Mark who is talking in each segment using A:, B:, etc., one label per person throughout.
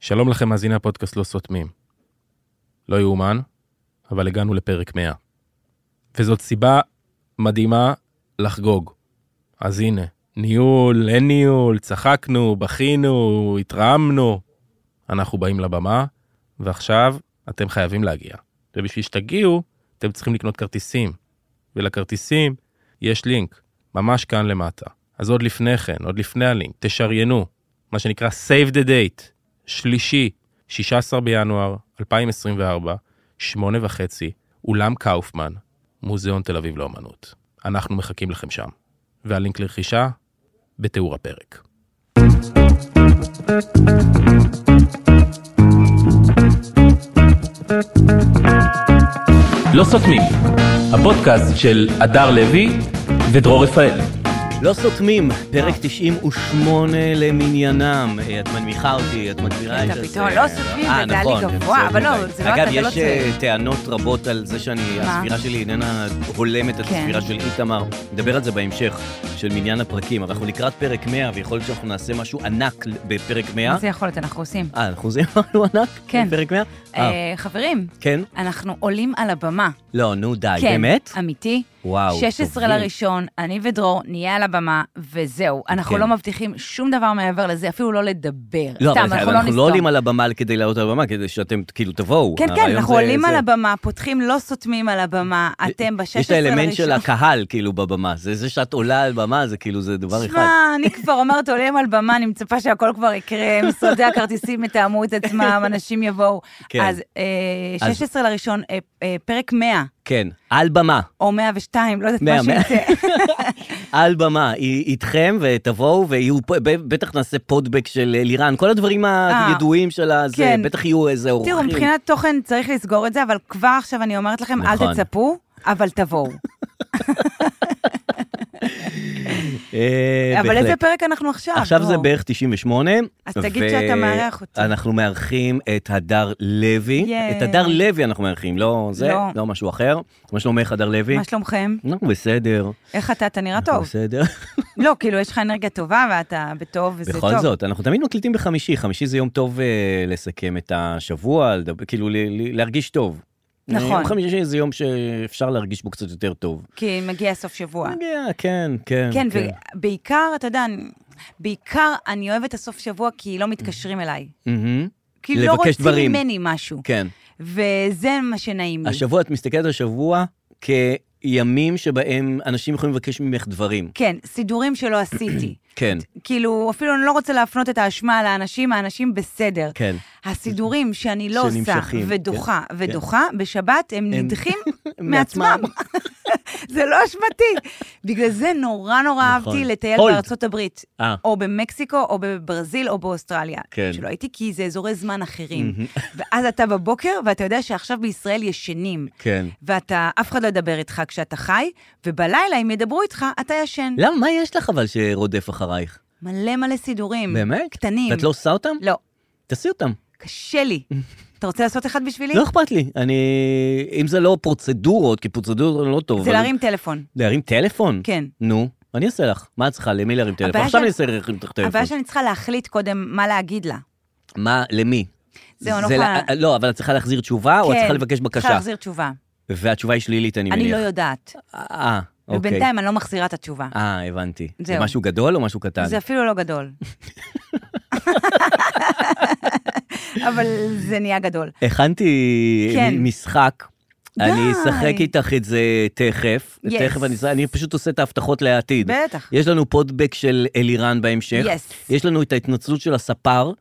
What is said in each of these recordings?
A: שלום לכם, מאזיני הפודקאסט לא סותמים. לא יאומן, אבל הגענו לפרק 100. וזאת סיבה מדהימה לחגוג. אז הנה, ניהול, אין ניהול, צחקנו, בכינו, התרעמנו. אנחנו באים לבמה, ועכשיו אתם חייבים להגיע. ובשביל שתגיעו, אתם צריכים לקנות כרטיסים. ולכרטיסים יש לינק, ממש כאן למטה. אז עוד לפני כן, עוד לפני הלינק, תשריינו, מה שנקרא Save the Date, שלישי, 16 בינואר 2024, שמונה וחצי, אולם קאופמן, מוזיאון תל אביב לאמנות. אנחנו מחכים לכם שם. והלינק לרכישה, בתיאור הפרק. לא סותמים, הפודקאסט של הדר לוי ודרור רפאל.
B: לא סותמים, פרק
C: אה.
B: 98 למניינם. אה, את מנמיכה אותי, את מגבירה את
C: אתה פתאום לא סותמים,
B: אה,
C: זה היה לי
B: נכון,
C: גבוה,
B: בסדר,
C: אבל לא,
B: אולי.
C: זה לא-
B: אגב,
C: אתה לא
B: יש אה,
C: צודק.
B: טענות רבות על זה שאני,
C: מה?
B: הספירה שלי איננה הולמת את
C: כן.
B: הספירה של איתמר. נדבר על זה בהמשך, של מניין הפרקים, אבל אנחנו לקראת פרק 100, ויכול להיות שאנחנו נעשה משהו ענק בפרק 100.
C: מה זה יכול להיות? אנחנו עושים.
B: אה, אנחנו עושים משהו ענק?
C: כן.
B: בפרק 100? אה,
C: אה, חברים,
B: כן?
C: אנחנו עולים על הבמה.
B: לא, נו די,
C: כן,
B: באמת?
C: אמיתי.
B: וואו,
C: 16
B: טובים.
C: לראשון, אני ודרור נהיה על הבמה, וזהו. אנחנו
B: כן.
C: לא מבטיחים שום דבר מעבר לזה, אפילו לא לדבר.
B: לא,
C: סתם,
B: אבל אבל
C: אנחנו לא
B: אנחנו לא
C: נסתום.
B: עולים על הבמה כדי לעלות על הבמה, כדי שאתם כאילו תבואו.
C: כן, כן,
B: הרעיון
C: אנחנו
B: זה-
C: עולים
B: זה- אה,
C: על הבמה, פותחים לא סותמים על הבמה, אתם ב-16 לראשון.
B: יש את האלמנט של הקהל, כאילו, בבמה. זה זה שאת עולה על במה, זה כאילו, זה דבר אחד.
C: שמע, אני כבר אומרת, עולים על במה, אני מצפה שהכל כבר יקרה, משרדי הכרטיסים יתאמו את עצמם, אנשים יבואו.
B: כן.
C: אז אה,
B: אז-
C: 16 לראשון, אה, אה, פרק 100.
B: כן, על במה.
C: או 102, לא יודעת
B: 100,
C: מה
B: 100.
C: שיצא.
B: על במה. היא איתכם, ותבואו, ויהיו, פה- ב- בטח נעשה פודבק של אה, לירן. כל הדברים הידועים של הזה,
C: אה. כן.
B: בטח יהיו איזה אורחים.
C: תראו, מבחינת תוכן צריך לסגור את זה, אבל כבר עכשיו אני אומרת לכם, אל
B: נכון.
C: תצפו, אבל תבואו.
B: אה,
C: אבל
B: בהחלט.
C: איזה פרק אנחנו עכשיו?
B: עכשיו זה
C: בואו.
B: בערך 98.
C: לא, אז תגיד שאתה מארח אותי.
B: אנחנו מארחים את הדר לוי.
C: ייי.
B: את הדר לוי אנחנו מארחים, לא זה,
C: לא.
B: לא משהו אחר. מה שלומך, הדר לוי?
C: מה שלומכם?
B: אנחנו בסדר.
C: איך אתה? אתה נראה
B: אנחנו
C: טוב.
B: בסדר.
C: לא, כאילו, יש לך אנרגיה טובה ואתה בטוב, וזה טוב.
B: בכל זאת, אנחנו תמיד מקליטים בחמישי, חמישי זה יום טוב אה, לסכם את השבוע, לדבר- כאילו ל- ל- להרגיש טוב.
C: נכון.
B: אה, יום חמישי זה יום שאפשר להרגיש בו קצת יותר טוב.
C: כי מגיע סוף שבוע.
B: מגיע, כן, כן,
C: נכון. כן, ובעיקר, אתה יודע, אני- בעיקר אני אוהבת את הסוף שבוע כי לא מתקשרים אליי.
B: מהמם,
C: כי לא
B: לבקש
C: רוצים
B: דברים.
C: ממני משהו.
B: כן.
C: וזה מה שנעים לי.
B: השבוע, את מסתכלת על השבוע כימים שבהם אנשים יכולים לבקש ממך דברים.
C: כן, סידורים שלא עשיתי.
B: כן,
C: כאילו, אפילו אני לא רוצה להפנות את האשמה לאנשים, האנשים בסדר.
B: כן.
C: הסידורים שאני לא עושה,
B: שנמשכים, כן.
C: ודוחה, ודוחה, בשבת הם
B: הם-
C: נדחים
B: מעצמם.
C: מעצמם. זה לא אשמתי. בגלל זה נורא נורא
B: נכון.
C: אהבתי לטייל
B: הולד.
C: בארצות הברית,
B: אה.
C: או במקסיקו, או בברזיל, או באוסטרליה.
B: כן.
C: שלא הייתי, כי זה אזורי זמן אחרים. ואז אתה בבוקר, ואתה יודע שעכשיו בישראל ישנים.
B: כן.
C: ואתה, אף אחד לא ידבר איתך כשאתה חי, ובלילה, אם ידברו איתך, אתה ישן.
B: למה, מה יש לך אבל שרודף אחרייך?
C: מלא מלא סידורים.
B: באמת?
C: קטנים.
B: ואת לא עושה אותם?
C: לא,
B: תעשי אותם.
C: קשה לי. אתה רוצה לעשות אחד בשבילי?
B: לא אכפת לי. אני... אם זה לא פרוצדורות, כי פרוצדורות לא טוב.
C: זה
B: אבל-
C: להרים טלפון.
B: להרים טלפון?
C: כן.
B: נו, אני אעשה לך. מה את צריכה? למי להרים טלפון?
C: הבעיה
B: עכשיו אני
C: שאני-
B: אעשה להרים לך טלפון. אה,
C: הבעיה שאני צריכה להחליט קודם מה להגיד לה.
B: מה, למי?
C: זהו, אני
B: זה
C: לא
B: לה-
C: יכולה-
B: לא, אבל את צריכה להחזיר תשובה, או את
C: כן,
B: צריכה לבקש
C: צריכה
B: בקשה?
C: להחזיר תשובה.
B: והתשובה היא שלילית, אני מניח.
C: אני לא יודעת.
B: אה, אוקיי.
C: ובינתיים אני לא מחזירה את התשובה.
B: אה, הבנתי. זה
C: זהו.
B: משהו גדול או משהו קטן?
C: זה אפילו לא גדול. אבל זה נהיה גדול.
B: הכנתי
C: כן.
B: משחק.
C: די.
B: אני אשחק איתך את זה תכף.
C: Yes.
B: תכף אני אשחק- אני פשוט עושה את ההבטחות לעתיד.
C: בטח.
B: יש לנו פודבק של אלירן בהמשך.
C: Yes.
B: יש לנו את ההתנצלות של הספר.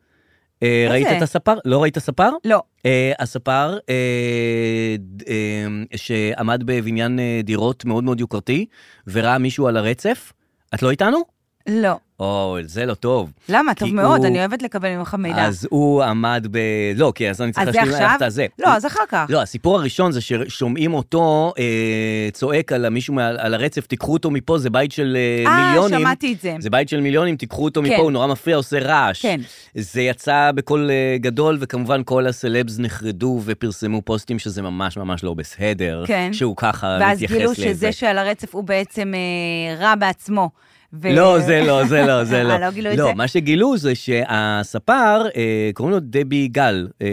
B: אה, ראית את הספר? לא ראית ספר?
C: לא,
B: אה, הספר אה, ד- אה, שעמד בבניין אה, דירות מאוד מאוד יוקרתי וראה מישהו על הרצף, את לא איתנו?
C: לא.
B: או, זה לא טוב.
C: למה? טוב
B: כי
C: מאוד,
B: הוא-
C: אני אוהבת לקבל ממך מידע.
B: אז הוא עמד ב... לא, כי אז אני צריך
C: אז זה
B: להשלים לך
C: עכשיו?
B: את הזה.
C: לא, אז אחר כך.
B: לא, הסיפור הראשון זה ששומעים אותו אה, צועק על מישהו מעל, על הרצף, תיקחו אותו מפה, זה בית של אה, מיליונים.
C: אה, שמעתי את זה.
B: זה בית של מיליונים, תיקחו אותו מפה,
C: כן.
B: הוא נורא מפריע, עושה רעש.
C: כן.
B: זה יצא בקול אה, גדול, וכמובן כל הסלבס נחרדו ופרסמו פוסטים שזה ממש ממש לא בסדר.
C: כן.
B: שהוא ככה
C: ואז
B: מתייחס
C: גילו
B: לזה.
C: שזה שעל הרצף הוא בעצם אה, רע בעצמו. ו-
B: לא, זה לא, זה לא, זה לא.
C: אה, לא גילו את זה?
B: מה שגילו זה שהספר, אה, קוראים לו דבי גל. אה,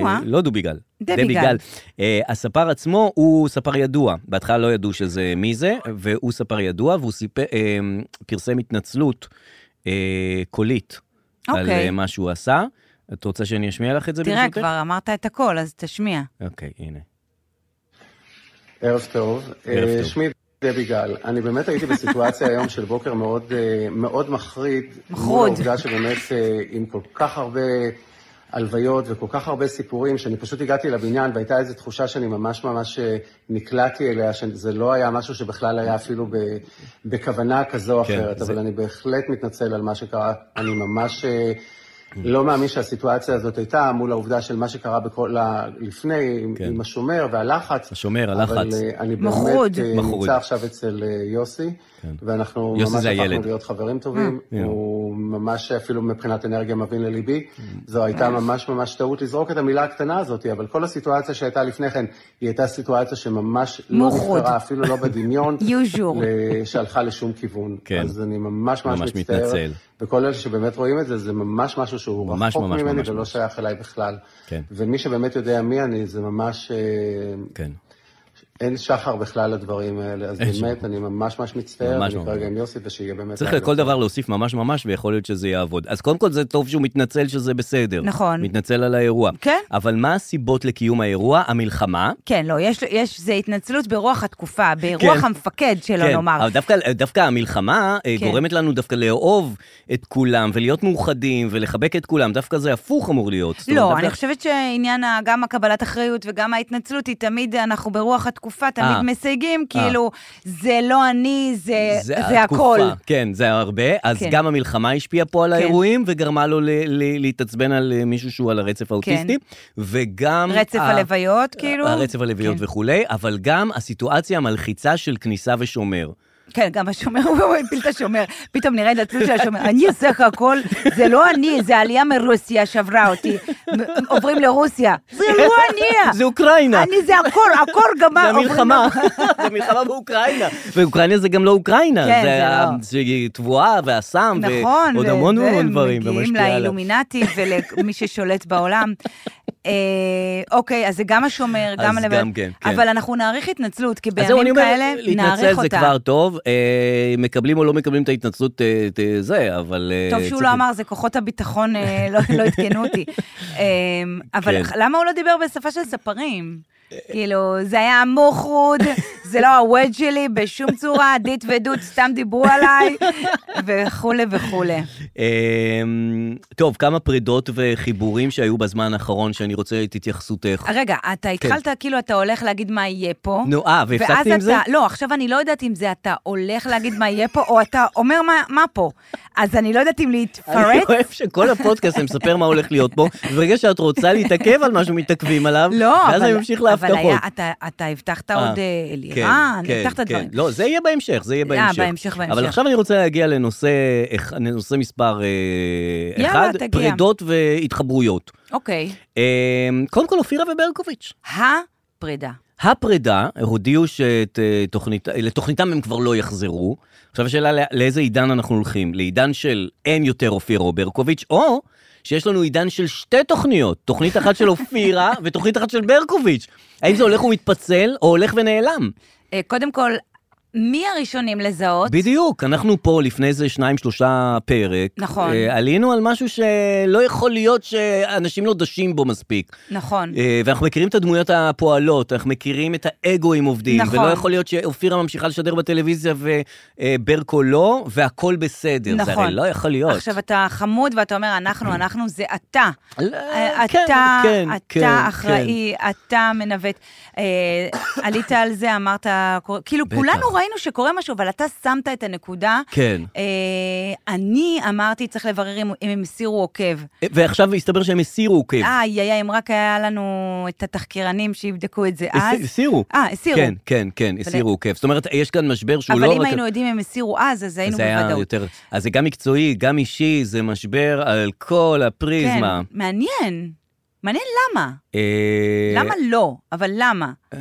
C: וואה.
B: לא דובי גל.
C: דבי גל.
B: אה, הספר עצמו הוא ספר ידוע. בהתחלה לא ידעו שזה מי זה, והוא ספר ידוע, והוא סיפר, אה, פרסם התנצלות אה, קולית על
C: אוקיי.
B: אה, מה שהוא עשה. את רוצה שאני אשמיע לך את זה
C: תראה, כבר אמרת את הכל, אז תשמיע.
B: אוקיי, הנה.
D: ערב טוב.
B: ערב
D: אה,
B: טוב.
D: שמי דבי גל. אני באמת הייתי בסיטואציה היום של בוקר מאוד, אה, מאוד מחריד.
C: מחרוד.
D: מול העובדה שבאמת אה, עם כל כך הרבה הלוויות וכל כך הרבה סיפורים, שאני פשוט הגעתי לבניין והייתה איזו תחושה שאני ממש ממש אה, נקלעתי אליה, שזה לא היה משהו שבכלל היה אפילו ב, בכוונה כזו או
B: כן,
D: אחרת,
B: זה-
D: אבל אני בהחלט מתנצל על מה שקרה. אני ממש... אה, לא מאמין שהסיטואציה הזאת הייתה מול העובדה של מה שקרה בכל ה... לפני,
B: כן.
D: כן. עם השומר והלחץ.
B: השומר,
D: אבל
B: כן, הלחץ.
D: אה, אני
C: מחרוד.
D: באמת אה,
B: מחרוד. כן.
D: נמצא עכשיו אצל אה, יוסי, ואנחנו
B: יוסי
D: ממש
B: זה
D: הפכנו
B: הילד. Mm.
D: להיות חברים טובים. הוא ממש אפילו מבחינת אנרגיה מבין לליבי.
B: Mm.
D: זו הייתה ממש ממש טעות לזרוק את המילה הקטנה הזאת, אבל כל הסיטואציה שהייתה לפני כן, היא הייתה סיטואציה שממש לא
C: מחרוד.
D: נפתרה, אפילו לא בדמיון,
C: יוז'ור.
D: ל- שהלכה לשום כיוון.
B: כן.
D: אז אני ממש ממש
B: ממש
D: מצטער.
B: מתנצל.
D: וכל אלה שבאמת רואים את זה, זה ממש משהו שהוא
B: ממש,
D: רחוק
B: ממש,
D: ממני
B: ממש,
D: ולא
B: ממש.
D: שייך אליי בכלל.
B: כן.
D: ומי שבאמת יודע מי אני, זה ממש אה,
B: כן.
D: אין שחר בכלל לדברים האלה, אז
B: אין
D: באמת, אני ממש ממש מצטער,
B: ממש
D: אני
B: ממש.
D: כרגע עם יוסי, ושיהיה באמת...
C: לא
B: צריך
D: לילה
B: לכל
D: טוב.
B: דבר להוסיף ממש ממש, ויכול להיות שזה יעבוד. אז קודם כל זה טוב שהוא מתנצל שזה בסדר.
C: נכון.
B: מתנצל על האירוע.
C: כן.
B: אבל מה הסיבות לקיום האירוע? המלחמה.
C: כן, לא, יש, יש, זה התנצלות ברוח התקופה, ברוח
B: כן.
C: המפקד שלא נאמר.
B: אבל דווקא, דווקא המלחמה אה,
C: כן.
B: גורמת לנו דווקא לאהוב את כולם, ולהיות מאוחדים, ולחבק את כולם. דווקא זה הפוך אמור להיות. זאת אומרת,
C: לא,
B: דווקא-
C: אני חושבת שעניין ה- גם הקבלת אחריות וגם ההתנצלות היא תמיד, אנחנו ברוח התקופה,
B: אה.
C: תמיד מסייגים,
B: אה.
C: כאילו, זה לא אני, זה זה
B: התקופה.
C: הכל.
B: כן, זה הרבה. אז
C: כן.
B: גם המלחמה השפיעה פה על
C: כן.
B: האירועים, וגרמה לו ל- ל- להתעצבן על אה, מישהו שהוא על הרצף האוטיסטי. וגם...
C: כן. רצף
B: ה-
C: הלוויות, כאילו.
B: אה. הרצף הלוויות
C: כן.
B: וכולי, אבל גם הסיטואציה המלחיצה של כניסה ושומר.
C: כן, גם השומר, הוא הפיל את השומר. פתאום נראה את התלות של השומר. אני סך הכל, זה לא אני, זה העלייה מרוסיה שברה אותי. מ- עוברים לרוסיה. זה לא אני.
B: זה אוקראינה.
C: אני, זה הקור, הקור גמר.
B: זה
C: עוברים
B: המלחמה,
C: ל-
B: זה מלחמה באוקראינה. ואוקראינה זה גם לא אוקראינה,
C: כן,
B: זה
C: זה
B: ה-
C: לא.
B: זה תבואה והסם,
C: נכון.
B: ועוד המון
C: וזה,
B: המון דברים,
C: מגיעים
B: ומשפיע עליו.
C: לאילומינטי ולמי ששולט בעולם. אה, אוקיי, אז זה גם השומר,
B: אז
C: גם הלבן.
B: גם כן, כן.
C: אבל אנחנו נעריך התנצלות, כי
B: אז זהו, אני
C: בימים
B: אומר,
C: כאלה
B: להתנצל
C: נעריך
B: זה
C: אותה.
B: כבר טוב, אה, מקבלים או לא מקבלים את ההתנצלות אה, ת- זה, אבל... אה,
C: טוב שהוא
B: צריך-
C: לא אמר, זה כוחות הביטחון אה, לא לא עדכנו אותי. אמ, אבל
B: כן. אה,
C: ח- למה הוא לא דיבר בשפה של ספרים? כאילו, זה היה מוחרוד, זה לא הווד שלי בשום צורה, דית ודות סתם דיברו עליי, וכולי וכולי.
B: אה, טוב, כמה פרידות וחיבורים שהיו בזמן האחרון שאני רוצה את התייחסותך.
C: רגע, אתה התחלת, כאילו אתה הולך להגיד מה יהיה פה.
B: כן. נו, אה,
C: ואז
B: והפסקתי עם זה?
C: אתה, לא, עכשיו אני לא יודעת אם זה אתה הולך להגיד מה יהיה פה, או אתה אומר מה, מה פה. אז אני לא יודעת אם
B: אני
C: להתפרץ.
B: אוהב שכל הפודקאסט אני מספר מה הולך להיות פה, וברגע שאת רוצה להתעכב על משהו מתעכבים עליו,
C: לא,
B: ואז
C: אבל,
B: אני ממשיך
C: אבל היה,
B: להבטחות.
C: אתה, אתה הבטחת
B: אה,
C: עוד אה,
B: כן,
C: אלירן,
B: כן,
C: הבטחת
B: כן.
C: דברים.
B: לא, זה יהיה בהמשך, זה יהיה בהמשך.
C: אה, בהמשך, בהמשך.
B: אבל עכשיו אני רוצה להגיע לנושא אח- לנושא מספר אה,
C: יאללה,
B: אחד,
C: תגיע.
B: פרידות והתחברויות.
C: אוקיי.
B: אה, קודם כל, אופירה וברקוביץ'.
C: הפרידה.
B: הפרידה, הודיעו שלתוכניתם הם כבר לא יחזרו. עכשיו השאלה לא- לאיזה עידן אנחנו הולכים, לעידן של אין יותר אופירה או ברקוביץ', או שיש לנו עידן של שתי תוכניות, תוכנית אחת של אופירה ותוכנית אחת של ברקוביץ'. האם זה הולך ומתפצל, או הולך ונעלם?
C: אה, קודם כל, מי הראשונים לזהות?
B: בדיוק, אנחנו פה לפני איזה שניים, שלושה פרק.
C: נכון.
B: אה, עלינו על משהו שלא יכול להיות שאנשים לא דשים בו מספיק.
C: נכון.
B: אה, ואנחנו מכירים את הדמויות הפועלות, אנחנו מכירים את האגואים עובדים,
C: נכון.
B: ולא יכול להיות שאופירה ממשיכה לשדר בטלוויזיה וברקו לא, והכל בסדר. זה
C: נכון.
B: הרי לא יכול להיות.
C: עכשיו אתה חמוד ואתה אומר, אנחנו, אנחנו זה אתה.
B: לא,
C: אה,
B: כן,
C: אתה,
B: כן, כן,
C: אתה אחראי, אתה מנווט. אה, עלית על זה, אמרת, קור- כאילו
B: בטח.
C: כולנו ראינו שקורה משהו, אבל אתה שמת את הנקודה.
B: כן.
C: אה, אני אמרתי, צריך לברר אם אם הם הסירו עוקב.
B: אה, ועכשיו הסתבר שהם הסירו עוקב.
C: אה, איי, איי, איי, אם רק היה לנו את התחקירנים שיבדקו את זה
B: הסי-
C: אז.
B: הסירו.
C: אה, הסירו.
B: כן, כן, כן, הסירו עוקב. זאת אומרת, יש כאן משבר שהוא לא
C: אבל
B: רק...
C: אם היינו יודעים אם הם הסירו אז, אז היינו
B: זה היה
C: בוודאות.
B: יותר, אז זה גם מקצועי, גם אישי, זה משבר על כל הפריזמה.
C: כן, מעניין. מעניין למה.
B: אה,
C: כן. למה לא? אבל למה?
B: אה,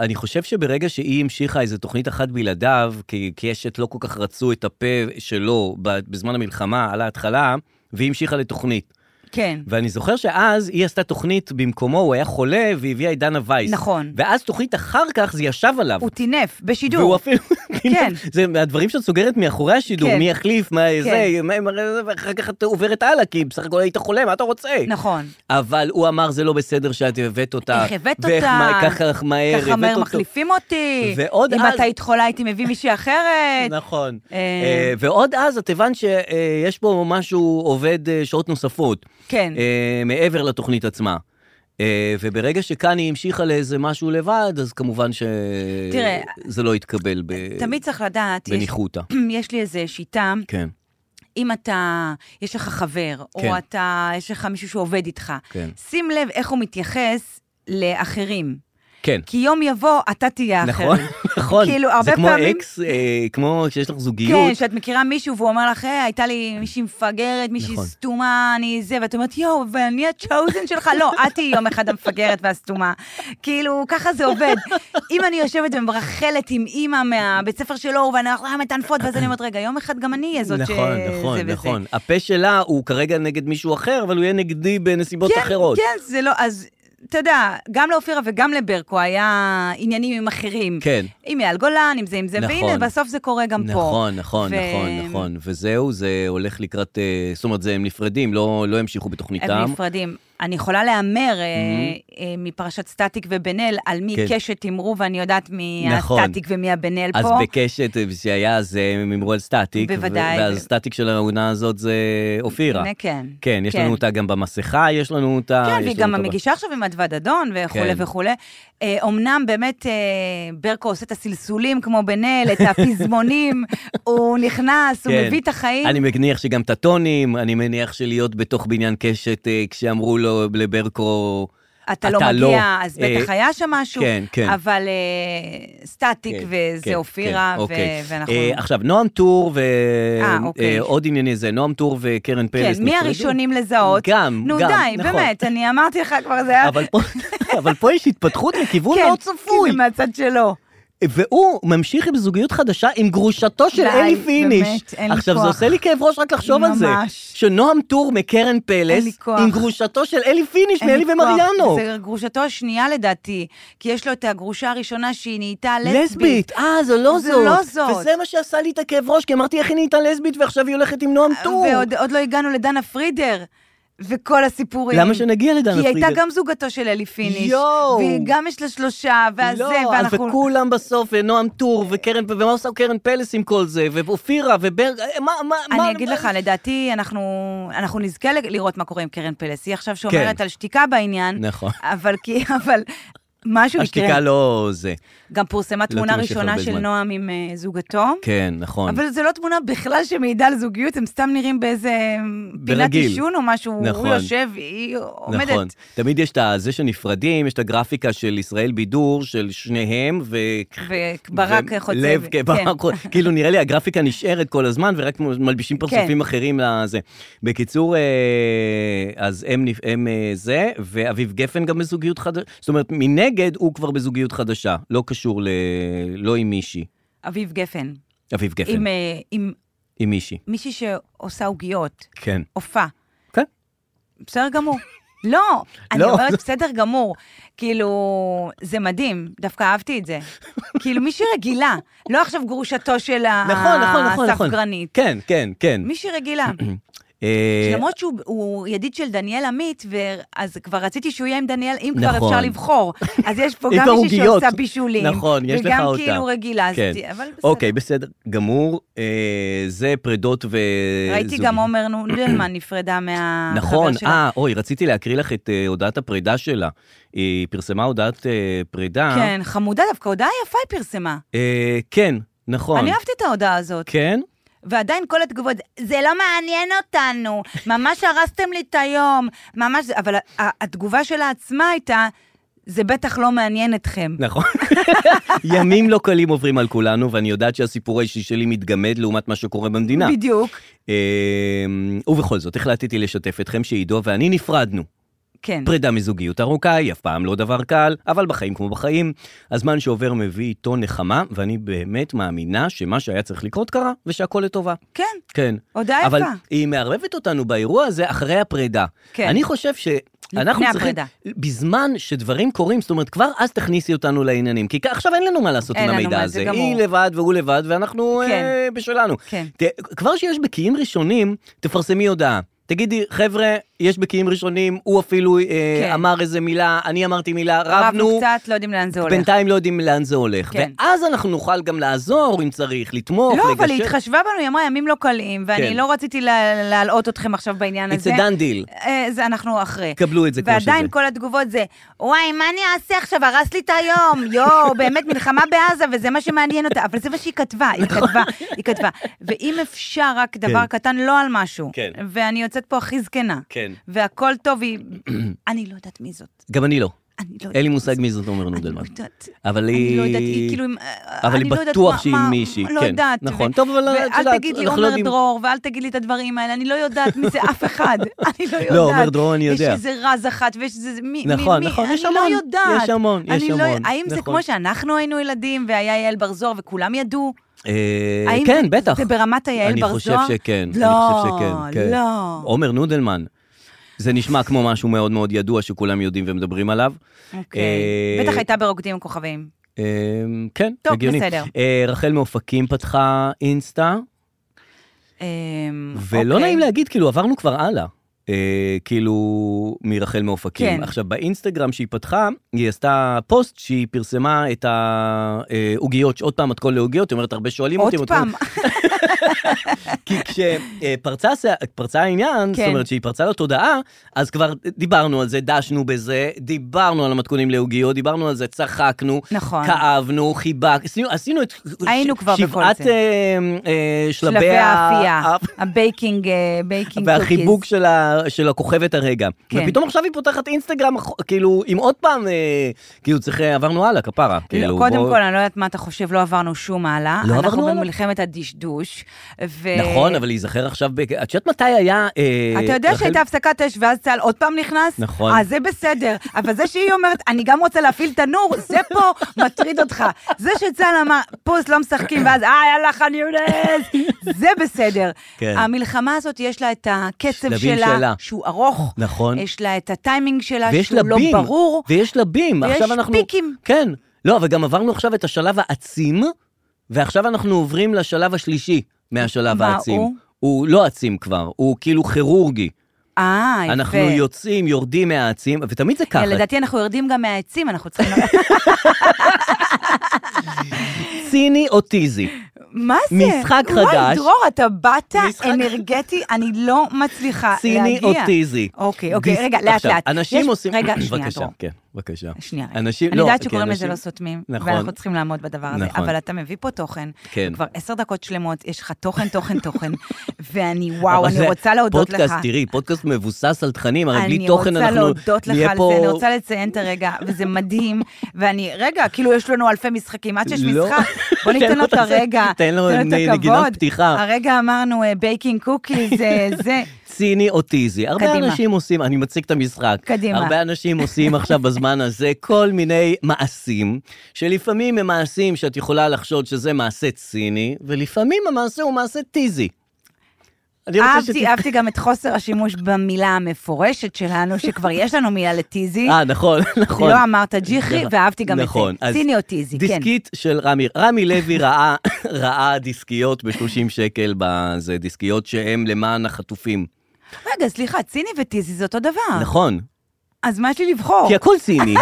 B: אני חושב שברגע שהיא המשיכה איזו תוכנית אחת בלעדיו, כי קשת לא כל כך רצו את הפה שלו ב- בזמן המלחמה על ההתחלה, והיא המשיכה לתוכנית.
C: כן.
B: ואני זוכר שאז היא עשתה תוכנית במקומו, הוא היה חולה, והביאה את דנה וייס.
C: נכון.
B: ואז תוכנית אחר כך זה ישב עליו.
C: הוא טינף, בשידור.
B: והוא אפילו... כאילו,
C: כן.
B: זה מהדברים שאת סוגרת מאחורי השידור,
C: כן.
B: מי יחליף, מה זה,
C: כן.
B: מה- מה- זה, ואחר כך את עוברת הלאה, כי בסך הכל היית חולה, מה אתה רוצה?
C: נכון.
B: אבל הוא אמר, זה לא בסדר שאת הבאת אותה.
C: איך הבאת
B: ואיך
C: אותה?
B: מה- ככה מהר,
C: ככה מהר
B: אה, הבאת אותו.
C: מחליפים אותי.
B: ועוד
C: אם
B: אז-
C: את היית חולה הייתי מביא מישהי אחרת.
B: נכון.
C: אה.
B: אה, ועוד אז את הבנת שיש פה משהו עובד אה, שעות נוספות.
C: כן.
B: אה, מעבר לתוכנית עצמה. אה, וברגע שכאן היא המשיכה לאיזה משהו לבד, אז כמובן ש...
C: תראה,
B: זה לא יתקבל ב...
C: תמיד צריך לדעת, יש-
B: בניחותא.
C: יש לי איזה שיטה,
B: כן,
C: אם אתה, יש לך חבר,
B: כן.
C: או אתה, יש לך מישהו שעובד איתך,
B: כן.
C: שים לב איך הוא מתייחס לאחרים.
B: כן.
C: כי יום יבוא, אתה תהיה האחר.
B: נכון, נכון.
C: כאילו, הרבה
B: זה כמו
C: פעמים-
B: אקס, אה, כמו שיש לך
C: כן,
B: זוגיות.
C: שאת מכירה מישהו והוא אומר לך, "אה, הייתה לי מישהי מפגרת, מישהי
B: נכון.
C: סתומה, אני זה, ואת אומרת, יואו, ואני הצ'אוזן שלך? לא, את תהיי יום אחד המפגרת והסתומה. כאילו, ככה זה עובד. אם אני יושבת ומרחלת עם אימא מהבית ספר שלו, ואנחנו אה, מטנפות, ואז אני אומרת, רגע, יום אחד גם אני אהיה זאת שזה
B: נכון, נכון,
C: וזה."
B: נכון. הפה שלה הוא כרגע נגד מישהו אחר, אבל הוא יהיה נגדי בנסיבות
C: כן,
B: אחרות.
C: כן, זה לא, אז אתה יודע, גם לאופירה וגם לברקו היה עניינים עם אחרים.
B: כן.
C: אם אייל גולן, אם זה, אם זה,
B: נכון.
C: והנה, בסוף זה קורה גם פה.
B: נכון, נכון,
C: ו-
B: נכון, נכון. וזהו, זה הולך לקראת... אה, זאת אומרת, זה הם נפרדים, לא לא המשיכו בתוכניתם.
C: הם נפרדים. אני יכולה להמר אה, אה, מפרשת סטטיק ובן אל על מי
B: Mm-hmm. כן.
C: קשת הימרו, ואני יודעת מי
B: נכון.
C: הסטטיק ומי הבן אל
B: אז
C: פה.
B: בקשת, אה, שהיה, אז אה, הם אמרו על סטטיק.
C: בוודאי.
B: ו- והסטטיק של העונה הזאת זה אופירה.
C: הנה, כן.
B: כן, יש לנו אותה גם במסכה, יש לנו אותה...
C: כן,
B: יש
C: והיא
B: לנו
C: גם
B: אותה ב-
C: המגישה עכשיו עם אדוה דדון וכולי
B: כן.
C: וכולי. אה, אומנם באמת אה, ברקו עושה את הסלסולים כמו בן אל, את הפזמונים, הוא נכנס, הוא
B: כן.
C: מביא את החיים.
B: אני מניח שגם את הטונים, אני מניח שלהיות בתוך בניין קשת, אה, כשאמרו לו, לברקו,
C: אתה לא מגיע, אז בטח היה שם משהו,
B: אה, כן, כן.
C: אבל אה, סטטיק
B: כן, כן,
C: וזה אופירה,
B: כן,
C: ו-
B: אוקיי.
C: ואנחנו...
B: אה, עכשיו, נועם טור ו...
C: אה, אוקיי.
B: אה, עוד ענייני זה, נועם טור וקרן
C: כן,
B: פלס
C: מי
B: נפרדו.
C: הראשונים לזהות?
B: גם,
C: נו
B: גם,
C: די,
B: נכון.
C: באמת, אני אמרתי לך כבר, זה היה...
B: אבל פה- אבל פה יש התפתחות לכיוון
C: כן,
B: לא צפוי.
C: כי זה מהצד שלו.
B: והוא ממשיך עם זוגיות חדשה עם גרושתו של
C: די,
B: אלי פיניש.
C: באמת, אין לי
B: עכשיו, זה
C: כוח.
B: עושה לי כאב ראש רק לחשוב על זה.
C: ממש.
B: שנועם טור מקרן פלס,
C: אין לי כוח.
B: עם גרושתו של אלי פיניש
C: אין לי
B: מאלי
C: כוח.
B: ומריאנו.
C: זה גרושתו השנייה לדעתי, כי יש לו את הגרושה הראשונה שהיא נהייתה לסבית.
B: לסבית, אה, זו לא זאת.
C: זה לא זאת.
B: וזה מה שעשה לי את הכאב ראש, כי אמרתי, איך היא נהייתה לסבית ועכשיו היא הולכת עם נועם טור.
C: ועוד עוד לא הגענו לדנה פרידר. וכל הסיפורים.
B: למה שנגיע לדנה
C: כי היא
B: פרידר?
C: הייתה גם זוגתו של אלי פיניש.
B: יואו.
C: והיא גם יש לה שלושה, והזה,
B: לא, אז
C: ואנחנו...
B: וכולם בסוף, ונועם טור, וקרן, ומה עושה קרן פלס עם כל זה, ואופירה, וברג, מה, מה, מה...
C: אני אגיד לך, לדעתי, אנחנו, אנחנו נזכה ל- לראות מה קורה עם קרן פלס. היא עכשיו שומרת
B: כן.
C: על שתיקה בעניין,
B: נכון.
C: אבל כי, אבל משהו יקרה.
B: השתיקה לא זה.
C: גם פורסמה תמונה
B: תימשך
C: ראשונה
B: הרבה
C: של
B: זמן.
C: נועם עם אה, זוגתו.
B: כן, נכון.
C: אבל זו לא תמונה בכלל שמעידה על זוגיות, הם סתם נראים באיזה אה, פינת
B: ברגיל.
C: עישון או משהו,
B: נכון.
C: הוא יושב, היא עומדת.
B: נכון. תמיד יש את ה- זה שנפרדים, יש את הגרפיקה של ישראל בידור, של שניהם, ו...
C: וברק
B: ו-
C: חוצב.
B: לב, כן, ברק חוצב. כאילו, נראה לי הגרפיקה נשארת כל הזמן, ורק מלבישים פרצופים
C: כן.
B: אחרים לזה. בקיצור, אה, אז הם, נפ- הם אה, זה, ואביב גפן גם בזוגיות חדשה. זאת אומרת, מנגד הוא כבר בזוגיות חדשה, לא קשור ל... לא עם מישהי.
C: אביב גפן,
B: אביב גפן, עם,
C: עם, אה, עם
B: מישהי.
C: מישהי שעושה עוגיות,
B: כן.
C: עופה.
B: כן.
C: בסדר גמור. לא, אני
B: לא.
C: אומרת בסדר גמור. כאילו, זה מדהים, דווקא אהבתי את זה. כאילו, מישהי רגילה, לא עכשיו גרושתו של
B: נכון, נכון, נכון, נכון.
C: הספגרנית.
B: כן, כן, כן.
C: מישהי רגילה.
B: אה,
C: למרות שהוא הוא ידיד של דניאל עמית, ו- אז כבר רציתי שהוא יהיה עם דניאל, אם כבר
B: נכון.
C: אפשר לבחור. אז יש פה
B: יש
C: גם
B: פה
C: מישהי
B: עוגיות.
C: שעושה בישולים.
B: נכון, יש לך
C: וגם
B: אותה.
C: כאילו רגילה, אז
B: כן.
C: ת- אבל בסדר.
B: אוקיי, בסדר גמור. אה, זה פרדות ו...
C: ראיתי
B: זוגיות.
C: גם עומר נודלמן נפרדה מהחבר שלה.
B: אה, נכון, אה, אוי, רציתי להקריא לך את אה, הודעת הפרידה שלה. היא פרסמה הודעת אה, פרידה.
C: כן, חמודה דווקא, הודעה יפה היא פרסמה.
B: אה, כן, נכון.
C: אני אהבתי את ההודעה הזאת.
B: כן?
C: ועדיין כל התגובות, זה לא מעניין אותנו, ממש הרסתם לי את היום, ממש, זה-" אבל ה- ה- התגובה שלה עצמה הייתה, זה בטח לא מעניין אתכם.
B: נכון. ימים לא קלים עוברים על כולנו, ואני יודעת שהסיפור האישי שלי מתגמד לעומת מה שקורה במדינה.
C: בדיוק.
B: אה, ובכל זאת, החלטתי לשתף אתכם שעידו ואני נפרדנו.
C: כן.
B: פרידה מזוגיות ארוכה היא אף פעם לא דבר קל, אבל בחיים כמו בחיים, הזמן שעובר מביא איתו נחמה, ואני באמת מאמינה שמה שהיה צריך לקרות קרה, ושהכול לטובה.
C: כן,
B: כן.
C: הודעה יפה.
B: אבל היא מערבבת אותנו באירוע הזה אחרי הפרידה.
C: כן.
B: אני חושב שאנחנו
C: לפני
B: צריכים,
C: הפרידה.
B: בזמן שדברים קורים, זאת אומרת, כבר אז תכניסי אותנו לעניינים, כי כ- עכשיו אין לנו מה לעשות
C: אין
B: עם
C: לנו
B: המידע
C: מה, זה
B: הזה.
C: גמור.
B: היא לבד והוא לבד, ואנחנו
C: כן.
B: אה, בשלנו.
C: כן.
B: ת, כבר שיש בקיאים ראשונים, תפרסמי הודעה. תגידי, חבר'ה, יש בקיאים ראשונים, הוא אפילו אה,
C: כן.
B: אמר איזה מילה, אני אמרתי מילה,
C: רבנו
B: רבנו,
C: קצת, לא יודעים לאן זה הולך.
B: בינתיים לא יודעים לאן זה הולך.
C: כן.
B: ואז אנחנו נוכל גם לעזור, אם צריך, לתמוך,
C: לא,
B: לגשר.
C: אבל היא התחשבה בנו, היא אמרה ימים לא קלים, ואני
B: כן.
C: לא רציתי לה- להלאות אתכם עכשיו בעניין
B: It's
C: הזה.
B: a done deal.
C: אה, זה אנחנו אחרי.
B: קבלו את זה כמו
C: ועדיין
B: שזה.
C: כל התגובות זה, וואי, מה אני אעשה עכשיו, הרס לי את היום, יואו, באמת מלחמה בעזה, וזה מה שמעניין אותה, אבל זה מה שהיא כתבה, היא
B: נכון.
C: כתבה, היא כתבה. ואם אפשר רק דבר קטן לא על משהו,
B: כן.
C: ואני יוצאת פה הכי זקנה,
B: כן.
C: והכל טוב, היא... אני לא יודעת מי זאת.
B: גם אני לא.
C: אני לא יודעת
B: אין לי
C: מי
B: מושג
C: זאת.
B: מי זאת עומר
C: אני לא
B: נודלמן.
C: יודעת.
B: אבל
C: אני
B: היא...
C: לא יודעת, היא כאילו... אם-
B: אבל היא
C: אני לא יודעת
B: בטוח
C: מה-
B: שהיא
C: מה-
B: מישהי,
C: לא
B: כן.
C: יודעת.
B: נכון,
C: ו-
B: טוב, אבל את
C: ואל
B: יודעת,
C: תגיד לי
B: אנחנו לא
C: עומר
B: יודעים.
C: דרור, ואל תגיד לי את הדברים האלה, אני לא יודעת מי זה אף אחד. אני לא יודעת.
B: עומר דרור אני יודע.
C: יש איזה רז אחת, ויש איזה... מי- מי-
B: נכון,
C: מי-
B: נכון, יש
C: אני
B: המון,
C: לא יודעת.
B: יש המון, יש
C: אני לא-
B: המון,
C: האם זה
B: נכון.
C: כמו שאנחנו היינו ילדים, והיה יעל בר זוהר, וכולם ידעו?
B: אה,
C: האם
B: כן,
C: זה-
B: בטח.
C: זה ברמת היעל בר
B: אני
C: זוהר?
B: חושב שכן.
C: לא,
B: אני חושב שכן, כן.
C: לא.
B: עומר נודלמן. זה נשמע כמו משהו מאוד מאוד ידוע שכולם יודעים ומדברים עליו.
C: אוקיי.
B: אה,
C: בטח הייתה ברוקדים עם כוכבים.
B: אה, כן,
C: טוב,
B: הגיוני.
C: בסדר.
B: אה, רחל מאופקים פתחה אינסטה,
C: אה,
B: ולא
C: אוקיי.
B: נעים להגיד, כאילו, עברנו כבר הלאה. אה, כאילו, מרחל מאופקים.
C: כן.
B: עכשיו, באינסטגרם שהיא פתחה, היא עשתה פוסט שהיא פרסמה את העוגיות, שעוד פעם מתכון לעוגיות, היא אומרת, הרבה שואלים
C: עוד
B: אותי. מתכון-
C: פעם,
B: כי כשפרצה העניין,
C: כן.
B: זאת אומרת שהיא פרצה לתודעה, אז כבר דיברנו על זה, דשנו בזה, דיברנו על המתכונים לעוגיות, דיברנו על זה, צחקנו,
C: נכון.
B: כאבנו, חיבק, עשינו- עשינו את
C: היינו
B: ש-
C: כבר בכל
B: שבעת
C: זה.
B: אה, אה, שלבי
C: שלבי האפייה,
B: האף-
C: הבייקינג, אה, בייקינג קוקיז.
B: והחיבוק של, ה, של הכוכבת הרגע.
C: כן.
B: כן. ופתאום עכשיו היא פותחת אינסטגרם, אח- כאילו, עם עוד פעם, אה, כאילו, צריך, אה, עברנו הלאה, כפרה. כאילו,
C: לא, קודם
B: בוא-
C: כל, אני לא יודעת מה אתה חושב, לא עברנו שום הלאה.
B: לא עברנו
C: אנחנו
B: הלאה.
C: במלחמת הדשדוש. ו...
B: נכון, אבל להיזכר עכשיו, ב... את יודעת מתי היה... אה,
C: אה, אתה יודע
B: רחל-
C: שהייתה הפסקת אש ואז צה"ל עוד פעם נכנס?
B: נכון.
C: אז זה בסדר. אבל זה שהיא אומרת, אני גם רוצה להפעיל תנור, זה פה מטריד אותך. זה שצה"ל אמר, פוס, לא משחקים, ואז, אה, יאללה, חאן יונס, זה בסדר.
B: כן.
C: המלחמה הזאת, יש לה את הקצב
B: שלבים
C: שלה,
B: שלה.
C: שהוא ארוך.
B: נכון.
C: יש לה את הטיימינג שלה,
B: ויש
C: שהוא לא
B: לבים,
C: ברור.
B: ויש לבים,
C: ויש
B: עכשיו אנחנו...
C: פיקים.
B: כן. לא, אבל גם עברנו עכשיו את השלב העצים, ועכשיו אנחנו עוברים לשלב השלישי מהשלב
C: מה
B: העצים.
C: הוא?
B: הוא לא עצים כבר, הוא כאילו כירורגי.
C: אה, יפה.
B: אנחנו יוצאים, יורדים מהעצים, ותמיד זה ככה.
C: לדעתי אנחנו יורדים גם מהעצים, אנחנו צריכים...
B: ציני אוטיזי.
C: מה זה?
B: משחק
C: וואי,
B: חדש.
C: דרור, אתה באת
B: משחק-
C: אנרגטי, אני לא מצליחה להגיע.
B: ציני אוטיזי.
C: אוקיי, אוקיי,
B: דיס-
C: רגע, לאט,
B: עכשיו,
C: לאט. יש-
B: אנשים עושים...
C: רגע, שנייה,
B: בבקשה,
C: דרור.
B: כן, בבקשה.
C: שנייה, רגע.
B: אנשים,
C: אני
B: לא,
C: יודעת
B: כי
C: שכולם לזה
B: אנשים-
C: לא סותמים,
B: נכון.
C: ואנחנו צריכים לעמוד בדבר הזה,
B: נכון.
C: אבל אתה מביא פה תוכן,
B: כן.
C: כבר עשר דקות שלמות, יש לך תוכן, תוכן, תוכן, ואני, וואו,
B: אבל
C: אני
B: זה
C: רוצה להודות לך.
B: פודקאסט, תראי, פודקאסט מבוסס על תכנים, הרי בלי
C: אני
B: תוכן
C: רוצה
B: אנחנו
C: להודות לך
B: נהיה
C: על
B: פה...
C: זה, אני רוצה לציין את הרגע, וזה מדהים, ואני, רגע, כאילו יש לנו אלפי משחקים, עד שיש
B: לא.
C: משחק, בוא
B: תן
C: ניתן
B: לו
C: לו את
B: את זה,
C: הרגע,
B: תן לו
C: את
B: נ-
C: הכבוד.
B: נגינת פתיחה.
C: הרגע אמרנו אה, בייקינג קוקי, זה, אה, זה,
B: ציני אוטיזי. הרבה
C: קדימה.
B: קדימה. אנשים עושים, אני מציג את המשחק.
C: קדימה.
B: הרבה אנשים עושים עכשיו בזמן הזה כל מיני מעשים, שלפעמים הם מעשים שאת יכולה לחשוד שזה מעשה ציני, ולפעמים המעשה הוא מעשה טיזי. אני רוצה שת-
C: אהבתי, אהבתי גם את חוסר השימוש במילה המפורשת שלנו, שכבר יש לנו מילה לטיזי,
B: אה, נכון, נכון.
C: לא אמרת ג'יחרי,
B: נכון,
C: ואהבתי גם את
B: נכון,
C: זה,
B: אז
C: ציני או טיזי, כן.
B: דיסקית של רמי, רמי לוי ראה, ראה דיסקיות ב-30 שקל, בזה, דיסקיות שהן למען החטופים.
C: רגע, סליחה, ציני וטיזי זה אותו דבר,
B: נכון,
C: אז מה יש לי לבחור?
B: כי הכל ציני.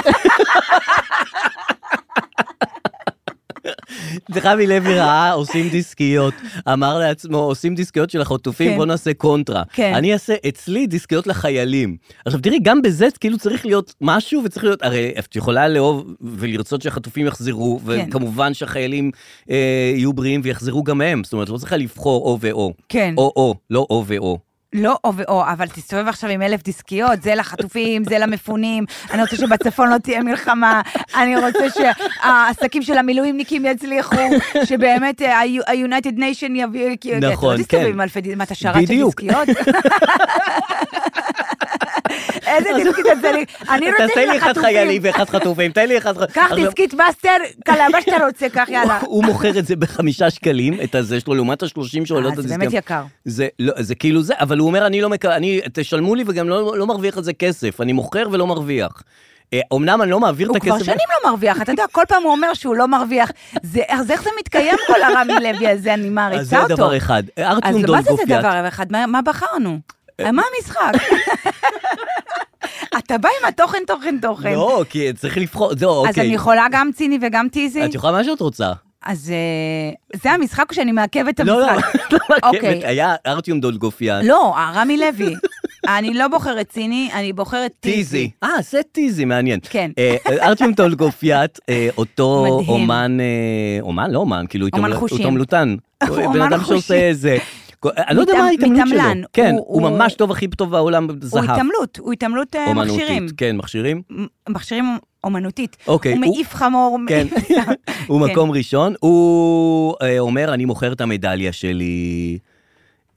B: רמי לוי ראה, עושים דיסקיות. אמר לעצמו, עושים דיסקיות של החטופים,
C: כן.
B: בוא נעשה קונטרה.
C: כן.
B: אני אעשה אצלי דיסקיות לחיילים. עכשיו תראי, גם בזה כאילו צריך להיות משהו, וצריך להיות, הרי את יכולה לאהוב ולרצות שהחטופים יחזרו,
C: כן.
B: וכמובן שהחיילים אה, יהיו בריאים ויחזרו גם הם. זאת אומרת, לא צריכה לבחור או ואו.
C: כן.
B: או-או, לא או ואו.
C: לא או ואו, אבל תסתובב עכשיו עם אלף דיסקיות, זה לחטופים, זה למפונים, אני רוצה שבצפון לא תהיה מלחמה, אני רוצה שהעסקים של המילואימניקים יצליחו, שבאמת אה, ה- ה-United Nation יביא, כי- אתה
B: נכון,
C: לא תסתובב
B: כן.
C: עם אלפי דיסקיות, מה אתה שרת של
B: בדיוק.
C: דיסקיות? איזה תסכית תעשה לי? אני רוצה
B: תעשה לי
C: של
B: אחד חיילים
C: החטופים.
B: ואחד חטופים, תן לי אחד חטופים.
C: קח תסכית בסטר, כלה, מה שאתה רוצה, קח, יאללה.
B: הוא הוא מוכר את זה בחמישה שקלים, את הזה שלו, לעומת השלושים שעולות
C: אה,
B: את
C: זה
B: הדיסקים.
C: באמת יקר.
B: זה, לא, זה כאילו זה, אבל הוא אומר, אני לא מקבל, אני, תשלמו לי וגם לא, לא מרוויח על זה כסף, אני מוכר ולא מרוויח. אה, אומנם אני לא מעביר את
C: הוא
B: הכסף.
C: כבר שנים לא מרוויח, אתה יודע, כל פעם הוא אומר שהוא לא מרוויח. זה- אז איך זה מתקיים כל הרמי לוי הזה, אני מעריצה
B: אז זה
C: אותו.
B: דבר אחד. אה, ארטיום
C: אז מה זה זה
B: דולגופיאט.
C: דבר אחד? מה- מה בחרנו?
B: אה,
C: מה המשחק? אתה בא עם התוכן, תוכן, תוכן.
B: לא, כי צריך לבחור, זהו, אוקיי.
C: אז אני יכולה גם ציני וגם טיזי?
B: את יכולה מה שאת רוצה.
C: אז אה, זה המשחק או שאני מעכבת את
B: לא, לא,
C: המשחק?
B: לא מעכבת.
C: אוקיי.
B: היה ארטיום דולגופיאט.
C: לא, רמי לוי. אני לא בוחרת ציני, אני בוחרת טיזי.
B: טיזי. אה, זה טיזי, מעניין.
C: כן.
B: אה, ארטיום דולגופיאט, אה, אותו
C: מדהים.
B: אומן, אה, אומן, לא אומן, כאילו,
C: אומן
B: עיתונא-
C: חושים.
B: הוא תמלותן.
C: הוא
B: הוא
C: אומן
B: בן אדם
C: חושים.
B: שעושה איזה... אני לא יודע מה
C: מתעמ-
B: ההתעמלות שלו.
C: מתעמלן.
B: כן,
C: הוא-
B: הוא
C: הוא-
B: ממש טוב, הכי טוב בעולם,
C: הוא
B: זהב.
C: התעמלות, הוא התעמלות אה,
B: אומנותית.
C: מכשירים.
B: כן, מכשירים.
C: מ- מכשירים אומנותית.
B: אוקיי,
C: הוא
B: הוא-
C: מעיף חמור. מ-
B: כן. הוא
C: כן.
B: מקום ראשון, הוא אה, אומר, אני מוכר את המדליה שלי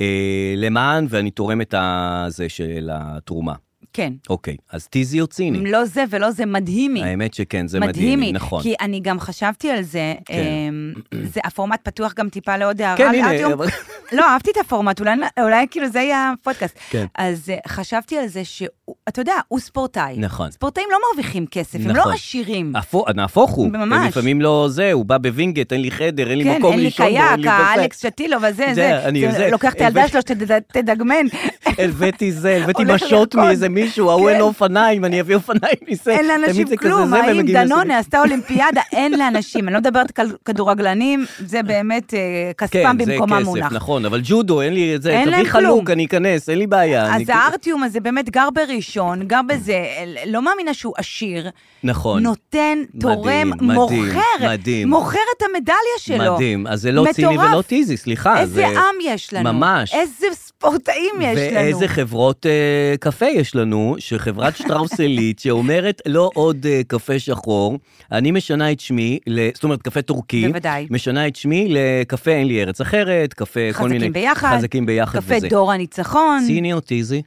B: אה, למען, ואני תורם את הזה של התרומה.
C: כן.
B: אוקיי, אז טיזי או ציני?
C: לא זה ולא זה מדהימי.
B: האמת שכן, זה
C: מדהימי,
B: מדהים, נכון.
C: כי אני גם חשבתי על זה,
B: כן.
C: אמ, זה הפורמט פתוח גם טיפה לעוד הערה.
B: כן,
C: על
B: הנה,
C: ארטיום.
B: אבל-
C: לא, אהבתי את הפורמט, אולי- אולי כאילו זה יהיה הפודקאסט.
B: כן.
C: אז אה, חשבתי על זה שהוא, אתה יודע, הוא ספורטאי.
B: נכון.
C: ספורטאים לא מרוויחים כסף, הם
B: נכון.
C: לא עשירים.
B: הפו- נהפוך הוא,
C: ממש.
B: הם לפעמים לא זה, הוא בא בווינגייט, אין לי חדר, אין לי
C: כן,
B: מקום
C: אין לי
B: לישון, בו,
C: קייק,
B: בזה.
C: האלכס שטילוב הזה,
B: זה,
C: זה,
B: אני-
C: זה,
B: זה,
C: לוקח את הילדה
B: הבאתי-
C: שלו שתדגמן.
B: הבאתי זה, הבאתי
C: הולך
B: משות
C: לרקוד.
B: מאיזה מישהו, ההוא אין לו
C: כן.
B: אופניים, אני אביא אופניים מזה.
C: אין
B: תמיד
C: לאנשים
B: זה כזה
C: כלום,
B: זה, והם
C: האם
B: מגיעים לזה.
C: דנונה עשתה אולימפיאדה? אין לאנשים, אני לא מדברת כד- כדורגלנים, זה באמת אה,
B: כן,
C: כספם
B: זה
C: במקומם
B: כסף,
C: מונח.
B: נכון, אבל ג'ודו, אין לי את זה,
C: אין להם
B: תביא
C: כלום.
B: חלוק, אני אכנס, אין לי בעיה. אני
C: אז
B: כאילו-
C: הארטיום הזה באמת גר בראשון, גר בזה, אה, לא מאמינה שהוא עשיר,
B: נכון.
C: נותן, תורם,
B: מדהים,
C: מוכר,
B: מדהים.
C: מוכר את המדליה שלו.
B: מדהים, אז זה לא
C: מטורף.
B: ציני ולא טיזי, סליחה.
C: איזה
B: זה-
C: עם יש לנו.
B: ממש.
C: איזה ספורטאים יש לנו.
B: ואיזה חברות אה, קפה יש לנו, שחברת שטראוס עילית, שאומרת לא עוד אה, קפה שחור, אני משנה את שמי, ל- זאת אומרת קפה טורקי,
C: בוודאי.
B: משנה את שמי לקפה אין לי ארץ אחרת, קפה כל מיני,
C: חזקים ביחד.
B: חזקים ביחד
C: קפה
B: וזה.
C: דור הניצחון.
B: ציני או טיזי?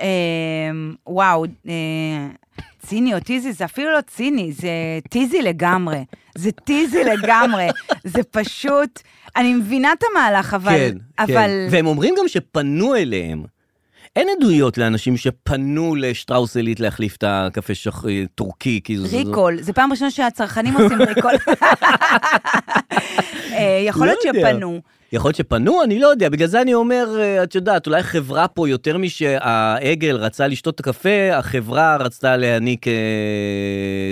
C: אה, וואו, אה, ציני או טיזי, זה אפילו לא ציני, זה טיזי לגמרי. זה טיזי לגמרי. זה פשוט, אני מבינה את המהלך, אבל...
B: כן,
C: אבל...
B: כן. והם אומרים גם שפנו אליהם. אין עדויות לאנשים שפנו לשטראוס עילית להחליף את הקפה שח... אה, טורקי, כאילו זה...
C: ריקול, זו פעם ראשונה שהצרכנים עושים ריקול. אה, יכול להיות
B: לא יודע.
C: שפנו.
B: יכול להיות שפנו, אני לא יודע, בגלל זה אני אומר, אה, את יודעת, אולי חברה פה יותר משהעגל רצה לשתות את הקפה, החברה רצתה להעניק אה,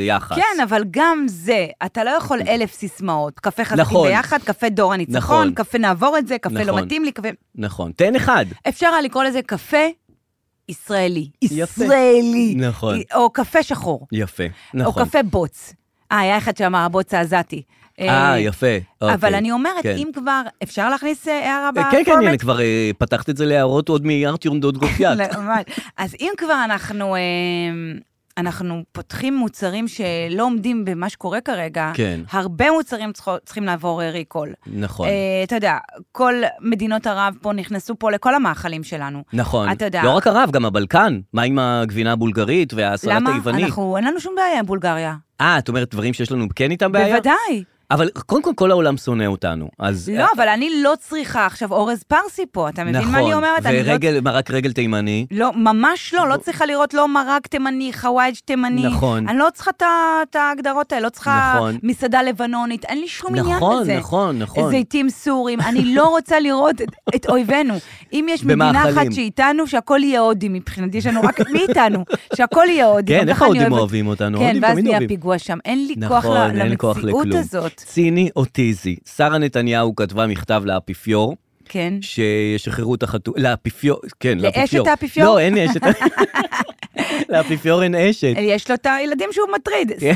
B: יח"צ.
C: כן, אבל גם זה, אתה לא יכול אלף סיסמאות. קפה חזקים
B: נכון.
C: ביחד, קפה דור
B: נכון.
C: הניצחון, קפה נעבור את זה, קפה לא
B: נכון.
C: מתאים לי, קפה...
B: נכון, תן אחד.
C: אפשר היה לקרוא לזה קפה ישראלי.
B: יפה.
C: ישראלי.
B: נכון.
C: או קפה שחור.
B: יפה,
C: או
B: נכון.
C: קפה בוץ. אה, היה אחד שאמר הבוץ העזתי.
B: אה, יפה. אוקיי.
C: אבל אני אומרת,
B: כן.
C: אם כבר, אפשר להכניס אה, הערה
B: אה,
C: בפורמט?
B: כן, כן, הנה, כבר אה, פתחת את זה להערות עוד מארטיום דודגופיאט.
C: לא, ממש. אז אם כבר אנחנו, אה, אנחנו פותחים מוצרים שלא עומדים במה שקורה כרגע,
B: כן.
C: הרבה מוצרים צריכו- צריכים לעבור אה, ריקול.
B: נכון,
C: אה, אתה יודע, כל מדינות ערב פה נכנסו פה לכל המאכלים שלנו.
B: נכון.
C: אתה יודע.
B: לא רק הרב, גם הבלקן. מה עם הגבינה הבולגרית והסלט
C: למה?
B: היווני?
C: אנחנו, אין לנו שום בעיה עם בולגריה.
B: אה, את אומרת דברים שיש לנו כן איתם בעיה?
C: בוודאי.
B: אבל קודם כל, כל העולם שונא אותנו. אז...
C: לא, אבל אני לא צריכה עכשיו אורז פרסי פה, אתה מבין
B: נכון,
C: מה אני אומרת? אני לא
B: ורגל, מרק רגל תימני.
C: לא, ממש לא, לא צריכה לראות לא מרק תימני, חוואג' תימני.
B: נכון.
C: אני לא צריכה את ה- את ההגדרות האלה, לא צריכה
B: נכון.
C: מסעדה לבנונית, אין לי שום עניין
B: נכון,
C: בזה.
B: נכון, נכון.
C: זיתים סורים, אני לא רוצה לראות את, את אויבינו. אם יש מדינה
B: במאכלים.
C: אחת שאיתנו, שהכל יהיה הודים מבחינתי, יש לנו רק, מי איתנו? שהכל יהיה הודים.
B: כן,
C: גם
B: איך
C: ככה אני
B: ההודים
C: אוהבת-
B: אוהבים אותנו?
C: כן,
B: ההודים
C: ואז
B: תמיד
C: נהיה
B: אוהבים.
C: פיגוע שם. אין לי כוח ל-
B: נכון, אין כוח
C: למציאות
B: לכלום.
C: הזאת.
B: ציני או טיזי? שרה נתניהו כתבה מכתב לאפיפיור,
C: כן.
B: שישחררו את החתול... לאפיפיור, כן,
C: לאשת
B: לאפיפיור.
C: האפיפיור?
B: לא, אין אשת. לאפיפיור אין אשת.
C: יש לו את הילדים שהוא מטריד.
B: כן.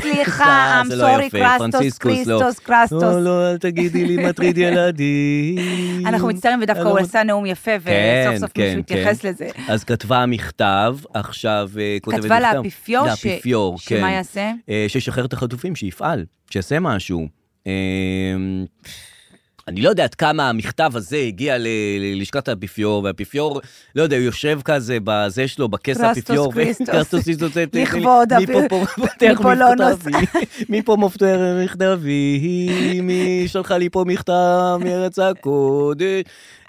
C: סליחה, I'm
B: זה לא
C: sorry,
B: יפה,
C: קרסטוס,
B: פרנציסקוס, לא.
C: קריסטוס, קרסטוס.
B: לא, לא, אל תגידי לי מטריד ילדים.
C: אנחנו מצטערים, ודווקא
B: אני לא כן,
C: הוא
B: רוצה-
C: עשה נאום יפה, וסוף סוף מישהו התייחס לזה.
B: אז כתבה מכתב, עכשיו אה, כותבת מכתב.
C: כתבה לאפיפיור, ש-
B: לאפיפיור, כן.
C: שמה יעשה?
B: אה, שישחרר את החטופים, שיפעל, שיעשה משהו. אה, אני לא יודע עד כמה המכתב הזה הגיע ל- ללשכת האפיפיור, והאפיפיור, לא יודע, הוא יושב כזה בזה שלו, בכס
C: קרסטוס
B: האפיפיור. ו-
C: קריסטוס.
B: קרסטוס קריסטוס. תן לי-
C: לכבוד
B: מי פה
C: אפי-
B: פה פותח
C: מפולונוס.
B: מכתבי, מי פה מפתח מכתבי, מי שלחה לי פה מכתב מארץ הקודש.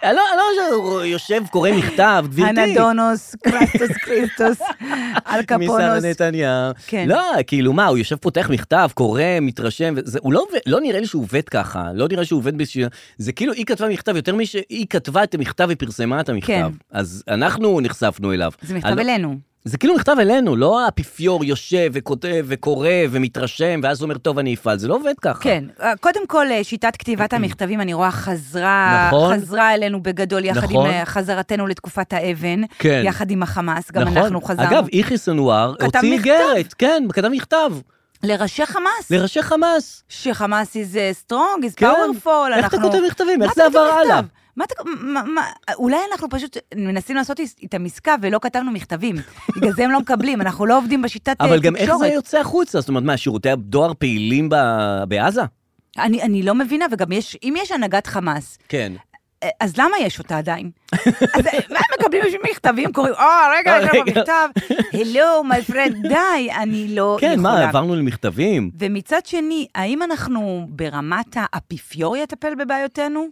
B: אני לא, אני לא שהוא יושב, קורא מכתב, גברתי.
C: הנדונוס, קרסטוס קריסטוס,
B: משרה
C: אלקפונוס.
B: נתניהו.
C: כן.
B: לא, כאילו מה, הוא יושב, פותח מכתב, קורא, מתרשם, וזה, הוא לא, עובד- לא נראה לי שהוא עובד ככה, לא נראה שהוא עובד בשביל... זה כאילו, היא כתבה מכתב, יותר משהיא כתבה את המכתב, היא פרסמה את המכתב.
C: כן.
B: אז אנחנו נחשפנו אליו.
C: זה מכתב
B: אני- לא-
C: אלינו.
B: זה כאילו מכתב אלינו, לא האפיפיור יושב וכותב וקורא ומתרשם, ואז אומר, טוב, אני אפעל, זה לא עובד ככה.
C: כן, אה, קודם כל אה, שיטת כתיבת המכתבים, אני רואה חזרה,
B: נכון.
C: חזרה אלינו בגדול, יחד עם
B: נכון.
C: אה, חזרתנו לתקופת האבן,
B: כן. נכון.
C: יחד עם החמאס, גם אנחנו חזרנו.
B: אגב, איחי סנואר
C: כתב
B: הוציא
C: מכתב.
B: איגרת, כן, כתב מכתב,
C: לראשי חמאס,
B: לראשי חמאס.
C: שחמאס is אה, strong, is
B: כן.
C: powerful,
B: איך אתה
C: אנחנו...
B: כותב מכתבים?
C: מה
B: איך
C: אתה
B: זה עבר
C: כותב
B: הלאה?
C: מכתב? מה אתה, מה, מה, אולי אנחנו פשוט מנסים לעשות איתם עסקה ולא כתבנו מכתבים. בגלל זה הם לא מקבלים, אנחנו לא עובדים בשיטת אה,
B: אבל
C: תקשורת.
B: גם איך זה יוצא החוצה? זאת אומרת, מה, שירותי הדואר פעילים ב- בעזה?
C: אני, אני לא מבינה, וגם יש, אם יש הנהגת חמאס,
B: כן.
C: אה, אז למה יש אותה עדיין? אז אה, מה הם מקבלים בשביל מכתבים? קוראים, או, רגע,
B: אה,
C: יש
B: רגע."
C: לנו מכתב, הלו, my friend, די, אני לא
B: כן, מה,
C: יכולה.
B: עברנו למכתבים?
C: ומצד שני, האם אנחנו ברמת האפיפיור יטפל בבעיותינו?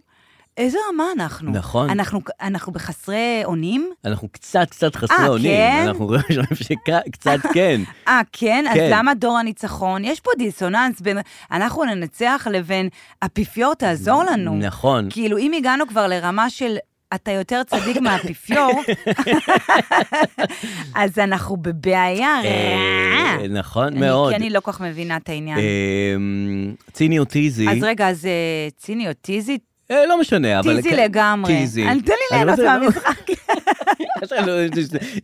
C: איזו רמה אנחנו?
B: נכון.
C: אנחנו, אנחנו בחסרי אונים?
B: אנחנו קצת קצת חסרי
C: אה,
B: אונים.
C: כן?
B: אנחנו רואים שקצת כן.
C: אה, כן? אז
B: כן.
C: למה דור הניצחון? יש פה דיסוננס בין אנחנו ננצח לבין אפיפיור תעזור לנו.
B: נכון.
C: כאילו, אם הגענו כבר לרמה של אתה יותר צדיק מהאפיפיור, אז אנחנו בבעיה רעה.
B: אה, נכון
C: אני-
B: מאוד. אה,
C: כי אני לא כל כך מבינה את העניין.
B: אמ, ציניות טיזי.
C: אז רגע, אז אה, ציניות, טיזית?
B: אה, לא משנה, אבל...
C: טיזי לגמרי.
B: טיזי.
C: אל- תן לי
B: אני לא
C: ליהנות
B: רוצה-
C: מהמשחק.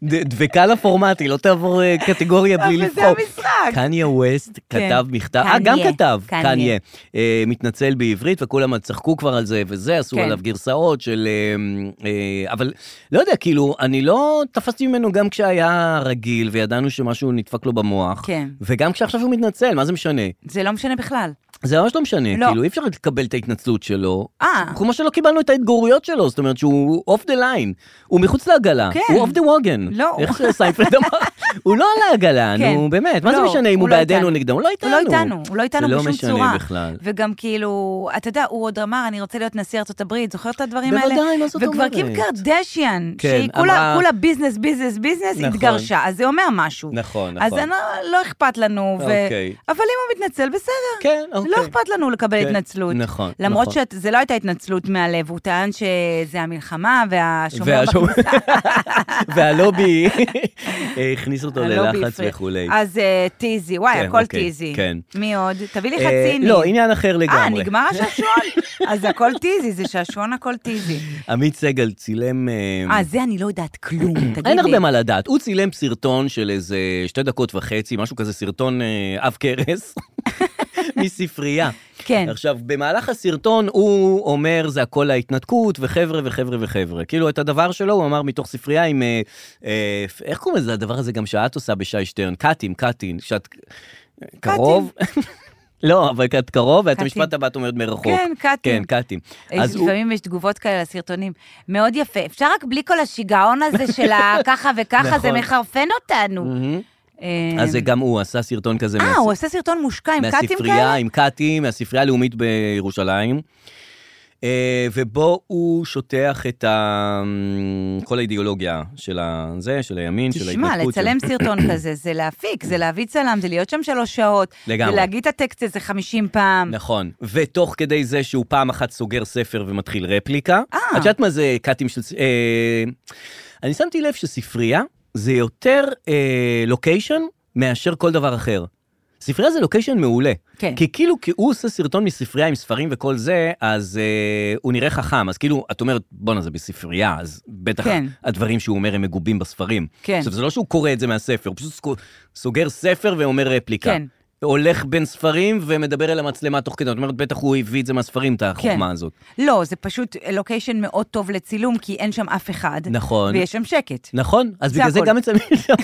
B: ד- דבקה לפורמט, היא לא תעבור אה, קטגוריה בלי
C: אבל זה
B: לבחור.
C: המשחק.
B: קניה ווסט
C: כן.
B: כתב מכתב, אה, גם
C: קניה,
B: כתב,
C: קניה.
B: קניה, אה, מתנצל בעברית, וכולם צחקו כבר על זה וזה, עשו
C: כן.
B: עליו גרסאות של... אה, אה, אבל לא יודע, כאילו, אני לא תפסתי ממנו גם כשהיה רגיל, וידענו שמשהו נדפק לו במוח,
C: כן.
B: וגם כשעכשיו הוא מתנצל, מה זה משנה?
C: זה לא משנה בכלל.
B: זה ממש לא משנה,
C: לא.
B: כאילו, אי אפשר לקבל את ההתנצלות שלו.
C: אה.
B: כמו שלא קיבלנו את ההתגרויות שלו, זאת אומרת שהוא אוף דה ליין, הוא מחוץ לעגלה,
C: כן.
B: הוא אוף דה ווגן.
C: לא.
B: איך שסייפלד אמר? הוא לא על העגלה,
C: כן.
B: נו באמת, מה זה
C: לא,
B: משנה אם
C: הוא
B: הוא
C: לא
B: בעדנו
C: איתנו.
B: או נגדנו? הוא לא
C: הוא
B: איתנו.
C: לא איתנו, הוא לא איתנו
B: זה
C: בשום
B: לא
C: צורה.
B: משנה בכלל.
C: וגם כאילו, אתה יודע, הוא עוד אמר, אני רוצה להיות נשיא ארצות הברית, זוכר את הדברים האלה?
B: בוודאי, מה זאת
C: וכבר
B: אומרת?
C: קים קרדשיאן,
B: כן,
C: שהיא כולה
B: אמרה-
C: כולה ביזנס, ביזנס, ביזנס,
B: נכון.
C: התגרשה, אז זה אומר משהו.
B: נכון,
C: אז
B: נכון.
C: אני- לא אכפת לנו, ו-
B: אוקיי.
C: אבל אם הוא מתנצל, בסדר.
B: כן, אוקיי.
C: לא אכפת לנו לקבל
B: כן,
C: התנצלות.
B: נכון,
C: למרות
B: נכון.
C: שזה לא הייתה התנצלות מהלב, הוא טען שזה המלחמה והשומר
B: והשומר- והלובי הכניס אותו
C: הלובי
B: ללחץ
C: הפריע.
B: וכולי.
C: לא אז אה, טיזי, וואי,
B: כן,
C: הכל
B: אוקיי,
C: טיזי.
B: כן.
C: מי עוד? תביא לי
B: אה,
C: חציני.
B: לא, עניין אחר
C: אה,
B: לגמרי.
C: נגמר השעשועון? אז הכל טיזי, זה שעשועון הכל טיזי.
B: עמית סגל צילם... אה,
C: אה, זה אני לא יודעת כלום, תגיד לי.
B: אין הרבה מה לדעת. הוא צילם סרטון של איזה שתי דקות וחצי, משהו כזה, סרטון אה, עב כרס, מספרייה.
C: כן.
B: עכשיו, במהלך הסרטון הוא אומר, זה הכל ההתנתקות, וחבר'ה וחבר'ה וחבר'ה. כאילו, את הדבר שלו הוא אמר מתוך ספרייה עם... אה, אה, איך קוראים לזה הדבר הזה גם שאת עושה בשי שטרן? קאטים, קאטים. שאת קרוב? לא, אבל את קרוב, ואת
C: קאטים.
B: המשפט הבא את אומרת מרחוק.
C: כן,
B: כן,
C: קאטים.
B: קאטים.
C: אה,
B: אז הוא-
C: לפעמים יש תגובות כאלה לסרטונים. מאוד יפה. אפשר רק בלי כל השיגעון הזה של הככה וככה, זה
B: נכון.
C: מחרפן אותנו.
B: מהמם.
C: אה,
B: אז זה גם הוא עשה סרטון כזה.
C: אה,
B: מהס-
C: הוא עושה סרטון מושקע עם קאטים
B: מהספרייה,
C: כאלה?
B: עם קאטים, מהספרייה הלאומית בירושלים. אה, ובו הוא שוטח את ה... כל האידיאולוגיה של ה- זה, של הימין, של
C: תשמע,
B: ההתנתקות. של-
C: לצלם סרטון כזה, זה להפיק, זה להביא צלם, זה להיות שם שלוש שעות.
B: לגמרי.
C: זה להגיד את הטקסט הזה חמישים פעם.
B: נכון, ותוך כדי זה שהוא פעם אחת סוגר ספר ומתחיל רפליקה.
C: אה.
B: את יודעת מה זה קאטים של... ס- אה, אני שמתי לב שספרייה זה יותר אה, לוקיישן מאשר כל דבר אחר. ספרייה זה לוקיישן מעולה.
C: כן.
B: כי כאילו, כי הוא עושה סרטון מספרייה עם ספרים וכל זה, אז אה, הוא נראה חכם. אז כאילו, את אומרת, בואנה, זה בספרייה, אז בטח
C: כן.
B: הדברים שהוא אומר הם מגובים בספרים.
C: כן.
B: עכשיו, זה לא שהוא קורא את זה מהספר, הוא פשוט סקו- סוגר ספר ואומר רפליקה.
C: כן.
B: הולך בין ספרים ומדבר אל המצלמה תוך כדי. את אומרת, בטח הוא הביא את זה מהספרים, את החוכמה
C: כן.
B: הזאת.
C: לא, זה פשוט לוקיישן מאוד טוב לצילום, כי אין שם אף אחד.
B: נכון.
C: ויש שם שקט.
B: נכון, אז
C: זה
B: בגלל זה
C: הכל.
B: גם אצל...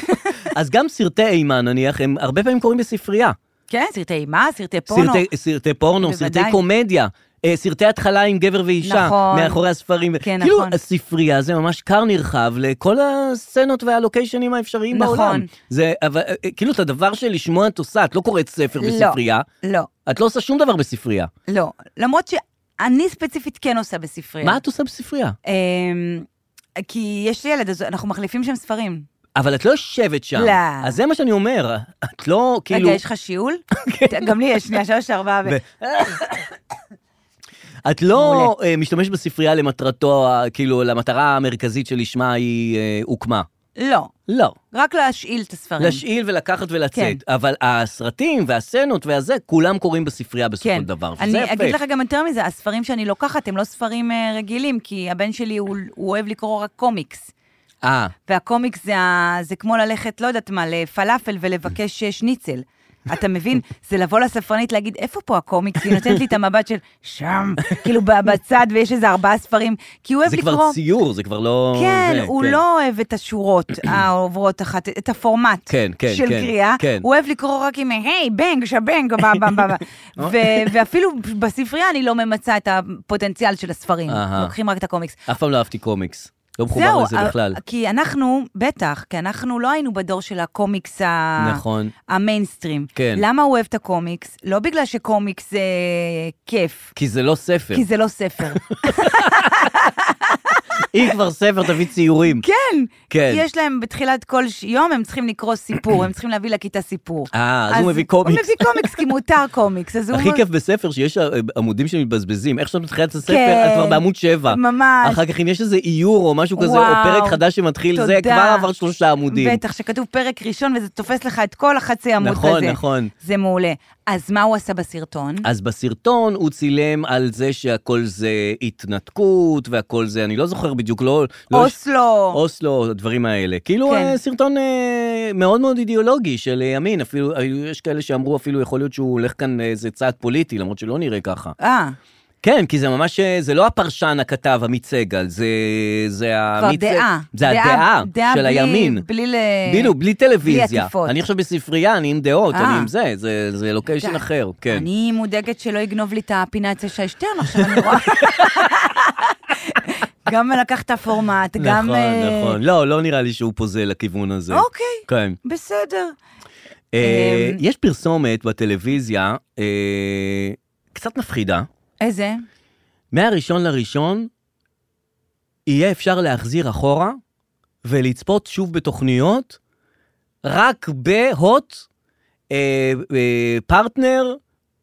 B: אז גם סרטי אימה, נניח, הם הרבה פעמים קוראים בספרייה.
C: כן, סרטי אימה, סרטי פורנו.
B: סרטי, סרטי פורנו,
C: בוודאי.
B: סרטי קומדיה. אה, סרטי התחלה עם גבר ואישה,
C: נכון.
B: מאחורי הספרים.
C: כן,
B: כאילו,
C: נכון.
B: הספרייה זה ממש כר נרחב לכל הסצנות והלוקיישנים האפשריים
C: נכון.
B: בעולם. זה, אבל, אה, אה, כאילו, את הדבר שלשמו את עושה, את לא קוראת ספר
C: לא.
B: בספרייה,
C: לא,
B: את לא עושה שום דבר בספרייה.
C: לא. למרות שאני ספציפית כן עושה בספרייה.
B: מה את עושה בספרייה?
C: אמ, כי יש לי ילד, אז אנחנו מחליפים שם ספרים.
B: אבל את לא יושבת שם.
C: לא.
B: אז זה מה שאני אומר, את לא, כאילו... אוקיי.
C: רגע, יש לך שיעול? גם לי יש, שנייה, שלוש, ארבע, ו...
B: ו- את לא אה, משתמשת בספרייה למטרתו, אה, כאילו, למטרה המרכזית שלשמה היא אה, הוקמה.
C: לא,
B: לא.
C: רק להשאיל את הספרים.
B: להשאיל ולקחת ולצאת.
C: כן.
B: אבל הסרטים והסצנות והזה, כולם קוראים בספרייה בסופו
C: כן.
B: של דבר, וזה
C: אני
B: יפה.
C: אגיד לך גם יותר מזה, הספרים שאני לוקחת הם לא ספרים אה, רגילים, כי הבן שלי, הוא הוא אוהב לקרוא רק קומיקס.
B: אה,
C: והקומיקס זה, ה- זה כמו ללכת, לא יודעת מה, לפלאפל ולבקש אה, שניצל. אתה מבין? זה לבוא לספרנית להגיד, איפה פה הקומיקס? היא נותנת לי את המבט של שם, כאילו ב- בצד, ויש איזה ארבעה ספרים. כי הוא אוהב
B: זה
C: לקרוא...
B: כבר ציור, זה כבר לא...
C: כן,
B: זה,
C: הוא לא אוהב את השורות העוברות אחת, את הפורמט
B: כן, כן,
C: של
B: כן,
C: קריאה.
B: כן.
C: הוא אוהב לקרוא רק עם היי, בנג, שבנג, בבבבב. ואפילו בספרייה אני לא ממצה את הפוטנציאל של הספרים.
B: אהה.
C: לוקחים רק את הקומיקס.
B: אף פעם לא אהבתי קומיקס. לא מחובר לזה
C: א-
B: בכלל.
C: אה, כי אנחנו, בטח, כי אנחנו לא היינו בדור של הקומיקס ה...
B: נכון.
C: המיינסטרים.
B: כן.
C: למה הוא אוהב את הקומיקס? לא בגלל שקומיקס זה כיף,
B: כי זה לא ספר.
C: כי זה לא ספר.
B: אם כבר ספר, תביא ציורים.
C: כן.
B: כן.
C: כי יש להם בתחילת כל ש- יום, הם צריכים לקרוא סיפור, הם צריכים להביא לכיתה סיפור.
B: אה, אז הוא מביא קומיקס.
C: הוא מביא קומיקס, כי מותר קומיקס. אז הוא...
B: הכי כיף בספר שיש אה, עמודים שמתבזבזים, איך שאת מתחילת הספר,
C: כן.
B: את כבר בעמוד שבע.
C: ממש.
B: אחר כך אם יש איזה איור או משהו כזה, או
C: וואו.
B: פרק חדש שמתחיל, זה
C: תודה.
B: כבר עבר שלושה עמודים.
C: בטח, שכתוב פרק ראשון וזה תופס לך את כל החצי עמוד
B: נכון,
C: הזה.
B: נכון.
C: זה מעולה. אז מה הוא עשה בסרטון?
B: אז בסרטון הוא צילם על זה שהכל זה התנתקות והכל זה, אני לא זוכר בדיוק, לא... לא-
C: אוסלו.
B: אוסלו, הדברים האלה. כאילו
C: כן.
B: כן. סרטון אה, מאוד מאוד אידיאולוגי של אה, ימין, אפילו, היו- יש כאלה שאמרו אפילו יכול להיות שהוא הולך כאן איזה צעד פוליטי, למרות שלא נראה ככה.
C: אה,
B: כן, כי זה ממש, אה, זה לא הפרשן הכתב עמית סגל, זה, זה
C: כבר
B: העמית...
C: דעה.
B: זה הדעה, של
C: בלי-
B: הימין.
C: בלי ל...
B: בדיוק, בלי טלוויזיה.
C: בלי עטיפות.
B: אני עכשיו בספרייה, אני עם דעות,
C: אה.
B: אני עם זה, זה, זה לוקיישן
C: די.
B: אחר, כן.
C: אני מודאגת שלא יגנוב לי את הפינה אצל שי שטרן, עכשיו אני רואה. גם לקח את הפורמט, גם...
B: נכון,
C: אה,
B: נכון. לא, לא נראה לי שהוא פוזל לכיוון הזה.
C: אוקיי.
B: כן.
C: בסדר.
B: אה,
C: אמ,
B: יש פרסומת בטלוויזיה, אה, קצת מפחידה.
C: איזה?
B: מהראשון לראשון, יהיה אפשר להחזיר אחורה ולצפות שוב בתוכניות רק בהוט, אה, אה, פרטנר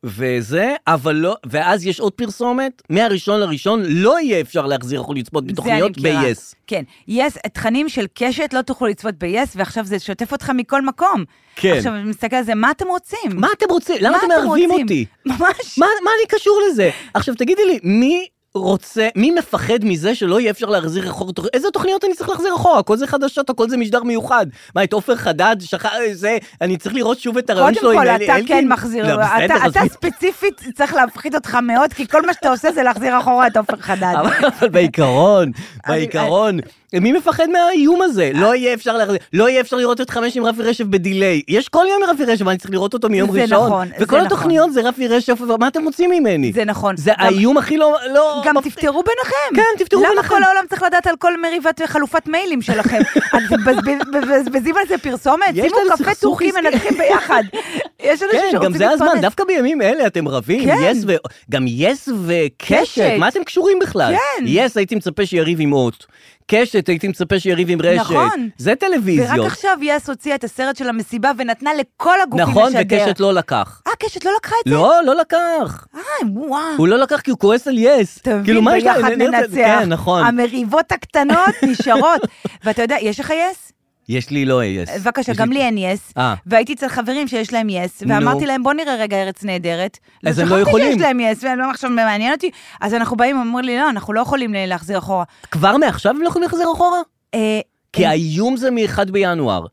B: וזה, אבל לא, ואז יש עוד פרסומת, מהראשון לראשון לא יהיה אפשר להחזיר אחורה לצפות בתוכניות
C: זה אני מכירה.
B: ב-yes.
C: כן. יס, תכנים של קשת לא תוכלו לצפות ביס, ועכשיו זה שוטף אותך מכל מקום.
B: כן.
C: עכשיו, אני מסתכל על זה, מה אתם רוצים?
B: מה אתם רוצים? למה
C: מה
B: אתם מערבים
C: רוצים?
B: אותי?
C: ממש.
B: מה, מה אני קשור לזה? עכשיו תגידי לי, מי רוצה, מי מפחד מזה שלא יהיה אפשר להחזיר אחורה? תוכ- איזה תוכניות אני צריך להחזיר אחורה? הכל זה חדשות, הכל זה משדר מיוחד. מה, את עופר חדד, שכח, זה, אני צריך לראות שוב את הרעיון
C: קודם
B: שלו עם
C: כל,
B: אלי
C: אתה
B: אלקין?
C: כן מחזיר,
B: לא,
C: אתה-
B: בסדר,
C: אתה
B: אז-
C: ספציפית צריך להפחיד אותך מאוד, כי כל מה שאתה עושה זה להחזיר אחורה את עופר חדד.
B: אבל אבל בעיקרון,
C: אני-
B: בעיקרון, מי מפחד מהאיום הזה? לא יהיה אפשר להחזיר, לא יהיה אפשר לראות את חמש עם רפי רשף בדיליי. יש כל יום רפי רשף, אני צריך לראות אותו מיום
C: זה
B: ראשון.
C: נכון, זה
B: וכל
C: נכון.
B: התוכניות זה רפי רשף, מה אתם רוצים ממני?
C: זה נכון.
B: זה
C: גם-
B: האיום הכי לא... לא
C: גם
B: מפחיד.
C: תפתרו ביניכם.
B: כן, תפתרו
C: למה
B: ביניכם.
C: כל העולם צריך לדעת על כל מריבת וחלופת מיילים שלכם? אתם מבזבז- מבזבזים על זה פרסומת?
B: יש
C: שימו
B: לנו
C: קפה
B: סכסוך
C: טורקי
B: עסקי.
C: מנגחים ביחד. יש אנשים
B: כן,
C: שרוצים
B: גם זה הזמן,
C: להתפרנס.
B: דווקא בימים אלה אתם רבים.
C: כן.
B: יס ו... גם יס
C: קשת.
B: וקשת, מה אתם קשורים בכלל?
C: כן.
B: יס, הייתי מצפה שיריב עם אות. קשת, הייתי מצפה שיריב עם רשת.
C: נכון.
B: זה
C: ורק
B: טלוויזיות.
C: עכשיו יס הוציאה את הסרט של המסיבה ונתנה לכל הגופים
B: נכון,
C: לשדר.
B: וקשת לא לקח.
C: אה, קשת לא לקחה את זה?
B: לא, לא לקח.
C: אה, וואו.
B: הוא לא לקח כי הוא כועס על יס.
C: אתה מבין,
B: כאילו, מה יש לה-
C: ביחד
B: אני- אני רוצה-
C: ננצח. אמ-
B: כן, נכון.
C: המריבות הקטנות נשארות. ואתה יודע, יש לך יס?
B: יש לי לא יס.
C: בבקשה,
B: יש
C: גם
B: לי-
C: לי אין יס,
B: אה.
C: והייתי אצל חברים שיש להם יס,
B: נו.
C: ואמרתי להם, בוא נראה רגע ארץ נהדרת.
B: אז הם לא
C: ושכחתי
B: יכולים.
C: שיש להם יס, והם לא עכשיו מעניין אותי, אז אנחנו באים, אמרו לי, לא, אנחנו לא יכולים להחזיר אחורה.
B: כבר מעכשיו הם לא יכולים להחזיר אחורה?
C: אה,
B: כי האיום זה מ-1 בינואר.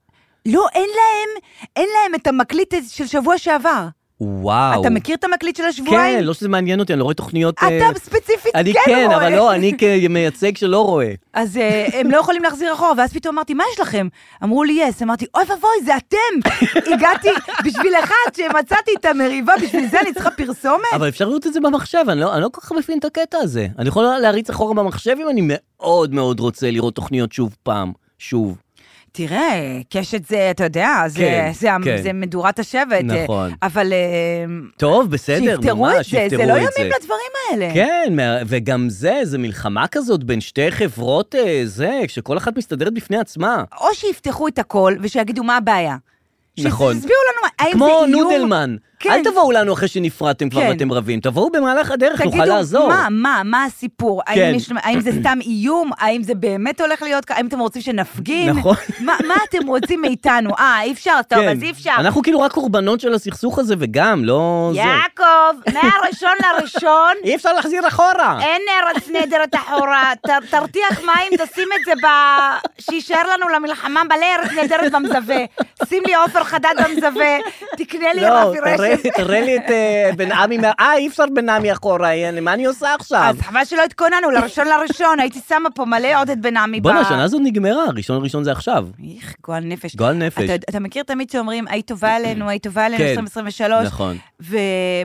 C: לא, אין להם, אין להם את המקליט של שבוע שעבר.
B: וואו.
C: אתה מכיר את המקליט של השבועיים?
B: אה, כן, לא שזה מעניין אותי, אני לא רואה תוכניות... אה,
C: אתה ספציפית
B: אני
C: כן
B: כן,
C: רואה.
B: אבל לא, אני כמייצג שלא רואה.
C: אז אה, הם לא יכולים להחזיר אחורה, ואז פתאום אמרתי, מה יש לכם? אמרו לי, יס. אמרתי, אוי ואבוי, זה אתם. הגעתי בשביל אחד שמצאתי את המריבה, בשביל זה אני צריכה פרסומת?
B: אבל אפשר לראות את זה במחשב, אני לא אני לא כל כך מבין את הקטע הזה. אני יכול להריץ אחורה במחשב אם אני מאוד מאוד רוצה לראות תוכניות שוב פעם, שוב.
C: תראה, קשת זה, אתה יודע, זה,
B: כן,
C: זה,
B: כן.
C: זה מדורת השבט. אה,
B: נכון.
C: אבל אה,
B: טוב, בסדר,
C: שיפתרו את
B: ממש,
C: זה,
B: שיפתרו
C: זה לא
B: את
C: ימים לדברים האלה.
B: כן, מה- וגם זה, זה מלחמה כזאת בין שתי חברות אה, זה, כשכל אחת מסתדרת בפני עצמה.
C: או שיפתחו את הכל ושיגידו מה הבעיה.
B: נכון.
C: שיסבירו לנו, מה- האם זה
B: כמו
C: איום?
B: נודלמן.
C: כן.
B: אל תבואו לנו אחרי שנפרדתם כבר
C: כן.
B: ואתם רבים, תבואו במהלך הדרך, נוכל
C: תגידו,
B: לעזור.
C: מה, מה, מה הסיפור?
B: כן.
C: האם, יש, האם זה סתם איום? האם זה באמת הולך להיות ככה? האם אתם רוצים שנפגין?
B: נכון.
C: מה, מה אתם רוצים מאיתנו? אה, אי אפשר, טוב, אז אי אפשר.
B: כן. אנחנו כאילו רק קורבנות של הסכסוך הזה, וגם, לא זה.
C: יעקב, מהראשון לראשון,
B: אי אפשר להחזיר אחורה.
C: אין ארץ נהדרת אחורה. ת- תרתיח מים, תשים את זה ב... שיישאר לנו למלחמה מלא ארץ נהדרת במזווה. שים לי עופר חדד במזווה, תקנה לי
B: לא,
C: רפי
B: תראה-
C: רשת.
B: תראה לי את אה, בן עמי, מה- אה, אי אפשר בן עמי אחורה, אה, מה אני עושה עכשיו?
C: אז חבל שלא התכוננו, לראשון לראשון, הייתי שמה פה מלא עודד בן עמי. ב-
B: בואנה, השנה הזאת נגמרה, ראשון ראשון זה עכשיו.
C: איך, גועל נפש.
B: גועל נפש.
C: אתה, אתה מכיר תמיד שאומרים, היית טובה אלינו, היית טובה אלינו,
B: כן.
C: 2023,
B: נכון.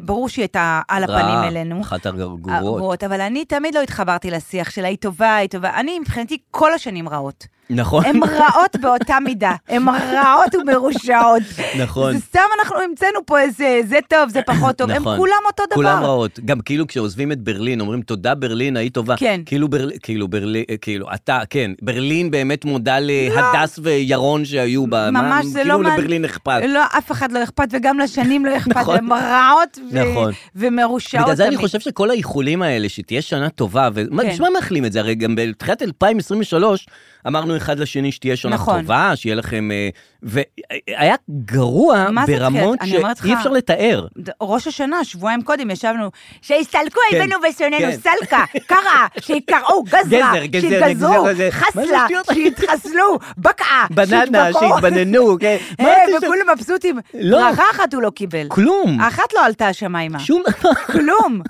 C: וברור שהיא הייתה לא, על הפנים
B: רעה,
C: אלינו.
B: אחת הגרועות.
C: הגרועות, אבל אני תמיד לא התחברתי לשיח של היית טובה, היית טובה. אני, מבחינתי, כל השנים רעות.
B: נכון.
C: הן רעות באותה מידה, הן רעות ומרושעות.
B: נכון.
C: זה סתם אנחנו המצאנו פה איזה, זה טוב, זה פחות טוב, הם
B: נכון.
C: כולם אותו דבר.
B: כולם רעות. גם כאילו כשעוזבים את ברלין, אומרים תודה ברלין, היית טובה.
C: כן.
B: כאילו ברלין, כאילו ברלין, כאילו אתה, כן. ברלין באמת מודה להדס וירון שהיו בה. מה,
C: לא. ממש, זה לא... מעניין.
B: כאילו לברלין אכפת.
C: לא, אף אחד לא אכפת, וגם לשנים לא אכפת,
B: נכון.
C: הן רעות ו-
B: נכון.
C: ומרושעות.
B: בגלל זה אני
C: תמיד.
B: חושב שכל האיחולים האלה, שתהיה שנה טובה,
C: כן.
B: ובשביל מה מאחלים את זה? הרי גם בתחילת 2023 אמרנו אחד לשני שתהיה שנה
C: נכון.
B: טובה, שיהיה לכם... אה, והיה גרוע
C: מה זה תחילת?
B: ברמות
C: אני אומרת
B: שאי
C: לך-
B: אפשר לתאר.
C: ד- ראש השנה, שבועיים קודם, ישבנו, שיסתלקו
B: כן,
C: אויבינו ושונאינו,
B: כן.
C: סלקה, קרעה, שיקרעו, גזרה,
B: גזר, גזר,
C: שיגזרו,
B: גזר, גזר. מה זה
C: חסלה,
B: השטויות האלה?
C: שיתחסלו, בקעה,
B: בננה,
C: אה, שיתבקעו.
B: שהתבננו, כן. מה
C: אה,
B: זה ש-
C: וכולם מבסוטים.
B: לא.
C: ברכה אחת הוא לא קיבל.
B: כלום.
C: אחת לא עלתה השמיימה.
B: שום דבר.
C: כלום.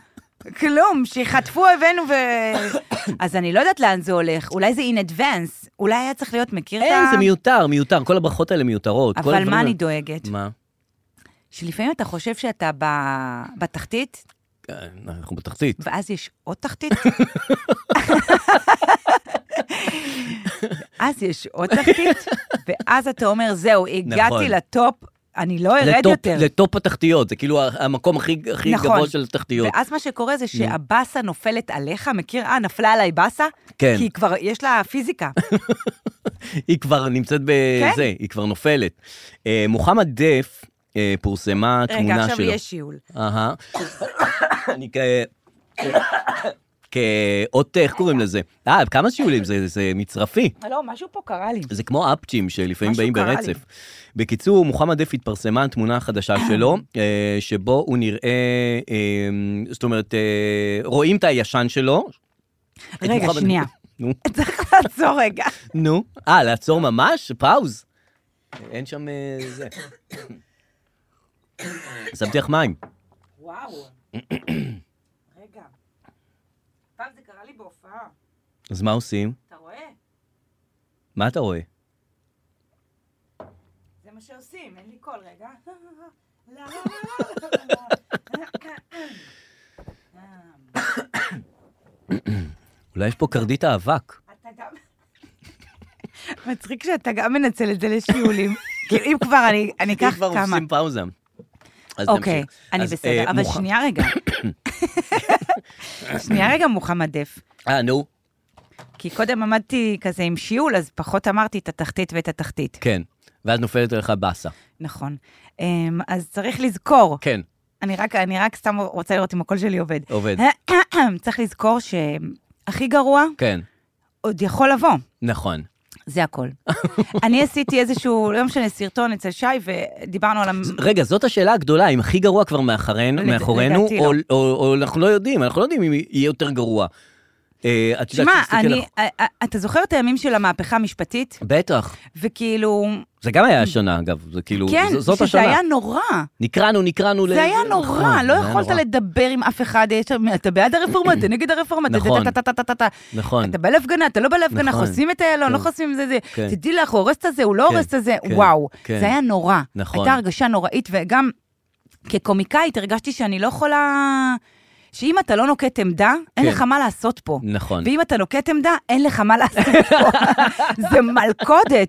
C: כלום, שיחטפו אויבינו ו... אז אני לא יודעת לאן זה הולך, אולי זה in advance, אולי היה צריך להיות, מכיר את ה...
B: אין, זה מיותר, מיותר. כל הברכות האלה מיותרות. כל
C: אבל
B: הדברים
C: מה
B: האלה-
C: אני דואגת?
B: מה?
C: שלפעמים אתה חושב שאתה ב... בתחתית,
B: אה, אנחנו בתחתית.
C: ואז יש עוד תחתית? אז יש עוד תחתית, ואז אתה אומר, זהו,
B: נכון.
C: הגעתי לטופ, אני לא ארד
B: לטופ-
C: יותר.
B: לטופ התחתיות, זה כאילו המקום הכי הכי
C: נכון.
B: גבוה של התחתיות.
C: ואז מה שקורה זה שהבאסה נופלת עליך, מכיר? אה, נפלה עליי באסה?
B: כן.
C: כי כבר יש לה פיזיקה.
B: היא כבר נמצאת בזה,
C: כן?
B: היא כבר נופלת. אה, מוחמד דף אה, פורסמה
C: רגע,
B: תמונה
C: עכשיו
B: שלו.
C: לי יש שיעול.
B: אהה. אני כ... כאות, איך קוראים לזה? אה, כמה שיעולים, זה, זה מצרפי.
C: לא, משהו פה קרה לי.
B: זה כמו אפצ'ים שלפעמים
C: משהו
B: באים
C: קרה
B: ברצף. בקיצור, מוחמד דף התפרסמה תמונה חדשה שלו, אה, שבו הוא נראה, אה, זאת אומרת, אה, רואים את הישן שלו. את
C: רגע,
B: מוחמד-
C: שנייה.
B: נו.
C: צריך לעצור רגע.
B: נו. אה, לעצור ממש? פאוז. אין שם אה, זה. שמתי לך מים.
C: וואו. רגע. פעם זה קרה לי בהופעה,
B: אז מה עושים?
C: אתה רואה?
B: מה אתה רואה?
C: זה מה שעושים, אין לי קול, רגע. לא,
B: אולי יש פה קרדית האבק.
C: מצחיק שאתה גם מנצל את זה לשיעולים. כאילו, אם כבר, אני- אני אקח
B: אם כבר
C: כמה.
B: עושים פאוזה. אז
C: אוקיי,
B: נמשיך.
C: אני
B: אז,
C: בסדר,
B: אה,
C: אבל
B: מוח-
C: שנייה רגע. שנייה רגע, מוחמד דף.
B: אה, נו,
C: כי קודם עמדתי כזה עם שיעול, אז פחות אמרתי את התחתית ואת התחתית.
B: כן. ואז נופלת עליך באסה.
C: נכון. אמ, אז צריך לזכור,
B: כן,
C: אני רק, אני רק סתם רוצה לראות אם הקול שלי עובד.
B: עובד.
C: צריך לזכור שהכי גרוע
B: כן,
C: עוד יכול לבוא,
B: נכון.
C: זה הכל. אני עשיתי איזשהו, לא משנה, סרטון אצל שי, ודיברנו על... המ-
B: רגע, זאת השאלה הגדולה, אם הכי גרוע כבר מאחרינו,
C: לד-
B: מאחורינו,
C: לדעתי
B: או-
C: לא.
B: או או אנחנו לא יודעים, אנחנו לא יודעים אם יהיה יותר גרוע. אה, את יודעת,
C: שמע,
B: תסתכלי
C: אני,
B: לך-
C: א- א- אתה זוכר את הימים של המהפכה המשפטית?
B: בטח.
C: וכאילו,
B: זה גם היה השנה, אגב. זה כאילו,
C: כן,
B: ז- זאת
C: שזה
B: השנה.
C: היה נורא.
B: נקרענו, נקרענו. ל-
C: זה היה נורא,
B: נכון,
C: לא
B: זה היה
C: יכולת
B: נורא.
C: לדבר עם אף אחד, יש- אתה בעד הרפורמה, אתה נגד הרפורמה, אתה-
B: נכון.
C: אתה- אתה- אתה- אתה- אתה-
B: נכון.
C: אתה בא להפגנה, אתה לא בא להפגנה,
B: נכון.
C: חוסמים את איילון, לא
B: כן.
C: חוסמים את זה, זה,
B: כן.
C: תדעי לך, הוא הורס את הזה, הוא לא
B: כן,
C: הורס את הזה,
B: כן,
C: וואו.
B: כן.
C: זה היה נורא.
B: נכון.
C: הייתה הרגשה נוראית, וגם כקומיקאית הרגשתי שאני לא יכולה... שאם אתה לא נוקט עמדה, אין
B: כן.
C: לך מה לעשות פה.
B: נכון.
C: ואם אתה נוקט עמדה, אין לך מה לעשות פה. זה מלכודת.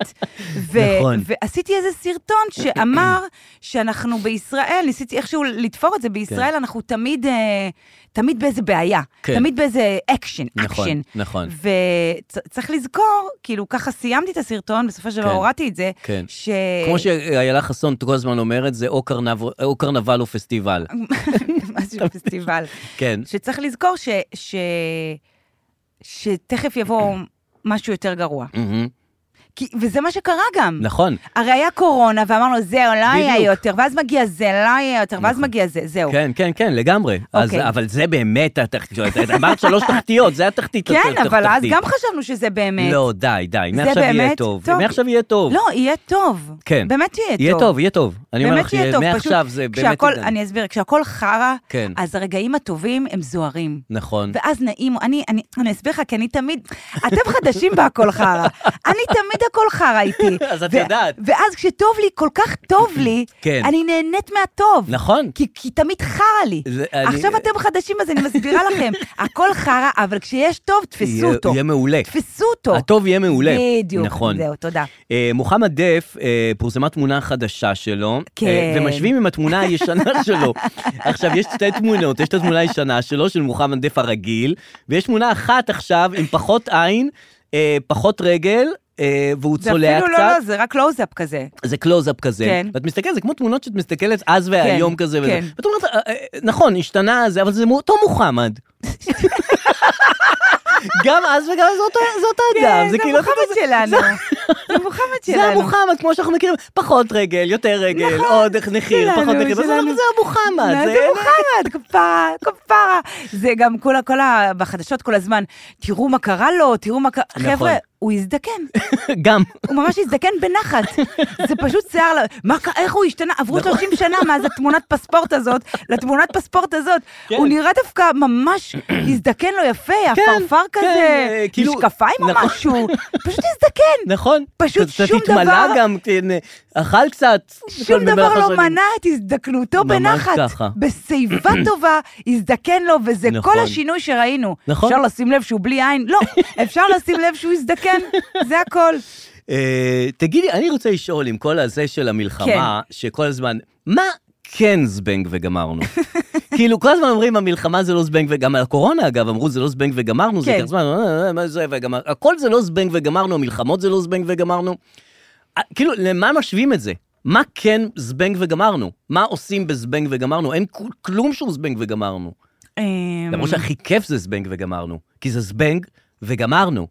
C: ו-
B: נכון.
C: ועשיתי איזה סרטון שאמר שאנחנו בישראל, ניסיתי איכשהו לתפור את זה, בישראל אנחנו תמיד, אה, תמיד באיזה בעיה.
B: כן.
C: תמיד באיזה אקשן,
B: נכון,
C: אקשן.
B: נכון.
C: וצריך לזכור, כאילו, ככה סיימתי את הסרטון, בסופו של דבר
B: כן.
C: הורדתי את זה,
B: כן.
C: ש...
B: כמו שאיילה חסון כל הזמן אומרת, זה או קרנב- או קרנבל או פסטיבל.
C: משהו בפסטיבל.
B: כן.
C: שצריך לזכור ש... ש... שתכף יבוא משהו יותר גרוע.
B: מהמם.
C: כי, וזה מה שקרה גם.
B: נכון.
C: הרי היה קורונה, ואמרנו, זהו, לא יהיה
B: בדיוק.
C: יותר, ואז מגיע זה, לא יהיה יותר, ואז מגיע זה, זהו.
B: כן, כן, כן, לגמרי. אז,
C: אוקיי.
B: אבל זה באמת, התח- את אמרת שלוש תחתיות, זה התחתית.
C: כן,
B: התח-
C: אבל אז
B: תחתית.
C: גם חשבנו שזה באמת.
B: לא, די, די,
C: זה
B: מעכשיו יהיה
C: באמת
B: טוב.
C: טוב.
B: מעכשיו יהיה טוב.
C: לא, יהיה טוב.
B: כן.
C: באמת יהיה טוב.
B: יהיה טוב, יהיה טוב. אני אומר לך,
C: באמת יהיה
B: שיהיה-
C: טוב,
B: מעכשיו
C: פשוט
B: זה באמת...
C: כשהכל,
B: עידן.
C: אני אסביר, כשהכל חרא,
B: כן.
C: אז הרגעים הטובים הם זוהרים.
B: נכון.
C: ואז נעים, אני, אני, אני אסביר לך, כי אני תמיד, אתם חדשים בהכל חרא, אני תמיד הכל חרא איתי.
B: אז את
C: ו-
B: יודעת.
C: ואז כשטוב לי, כל כך טוב לי,
B: כן.
C: אני נהנית מהטוב.
B: נכון.
C: כי, כי תמיד חרא לי.
B: זה- אני-
C: עכשיו אתם חדשים, אז אני מסבירה לכם, הכל חרא, אבל כשיש טוב,
B: יהיה-
C: תפסו אותו.
B: יהיה מעולה.
C: תפסו אותו.
B: הטוב יהיה מעולה.
C: בדיוק.
B: נכון.
C: זהו, תודה.
B: אה, מוחמד דף, אה, פורסמה תמונה חדשה שלו,
C: כן.
B: אה, ומשווים עם התמונה הישנה שלו. עכשיו, יש שתי תמונות, יש את התמונה הישנה שלו, של מוחמד דף הרגיל, ויש תמונה אחת עכשיו עם פחות עין, אה, פחות רגל, אה, והוא
C: זה
B: צולע
C: אפילו
B: קצת.
C: לא, לא, זה רק קלוזאפ כזה.
B: זה קלוזאפ כזה,
C: כן.
B: ואת מסתכלת, זה כמו תמונות שאת מסתכלת אז והיום
C: כן,
B: כזה,
C: כן.
B: וזה. ואת אומרת, "אה, אה, נכון, השתנה זה, אבל זה מו- אותו מוחמד. גם אז וגם אז זה אותו- זה אותו אדם,
C: כן, זה
B: כאילו, אתה יודע,
C: מוחמד שלנו. זה מוחמד שלנו. נכון,
B: זה המוחמד, כמו שאנחנו מכירים, פחות רגל, יותר רגל, עוד נחיר,
C: שלנו,
B: פחות נחיר, אז
C: שלנו.
B: אנחנו, זה המוחמד,
C: מה זה מוחמד, כפרה, כפרה. זה גם כל ה... כל ה... בחדשות כל הזמן, תראו מה קרה לו, תראו מה קרה...
B: נכון.
C: חבר'ה, הוא הזדקן.
B: גם,
C: הוא ממש הזדקן בנחת. זה פשוט שיער... ל- מה קרה, איך הוא השתנה? עברו
B: נכון.
C: 30 שנה מאז התמונת פספורט הזאת לתמונת פספורט הזאת.
B: כן.
C: הוא נראה דווקא ממש הזדקן לו יפה,
B: כן,
C: עפרפר
B: כן,
C: כזה,
B: אה, כאילו-
C: משקפיים או
B: נכון.
C: משהו. פשוט הזדקן.
B: נכון.
C: פשוט
B: קצת
C: שום
B: התמלא
C: דבר-
B: גם, כן, אכל קצת.
C: שום דבר
B: במהלך
C: לא
B: השנים.
C: מנע את הזדקנותו
B: ממש
C: בנחת.
B: ככה.
C: בשיבה טובה, הזדקן לו, וזה
B: נכון.
C: כל השינוי שראינו.
B: נכון.
C: אפשר לשים לב שהוא בלי עין? לא. אפשר לשים לב שהוא הזדקן, זה הכל.
B: אה, תגידי, אני רוצה לשאול, עם כל הזה של המלחמה, שכל הזמן, מה כן זבנג וגמרנו? כאילו, כל הזמן אומרים, המלחמה זה לא זבנג וגמרנו, הקורונה אגב, אמרו, זה לא זבנג וגמרנו, זה
C: כן.
B: ייקח זמן, אה, אה, מה זה וגמרנו, הכל זה לא זבנג וגמרנו, המלחמות זה לא זבנג וגמרנו. אה, כאילו, למה משווים את זה? מה כן זבנג וגמרנו? מה עושים בזבנג וגמרנו? אין כ- כלום שהוא זבנג וגמרנו.
C: אמ,
B: למרות שהכי כיף זה זבנג וגמרנו, כי זה זבנג וגמרנו.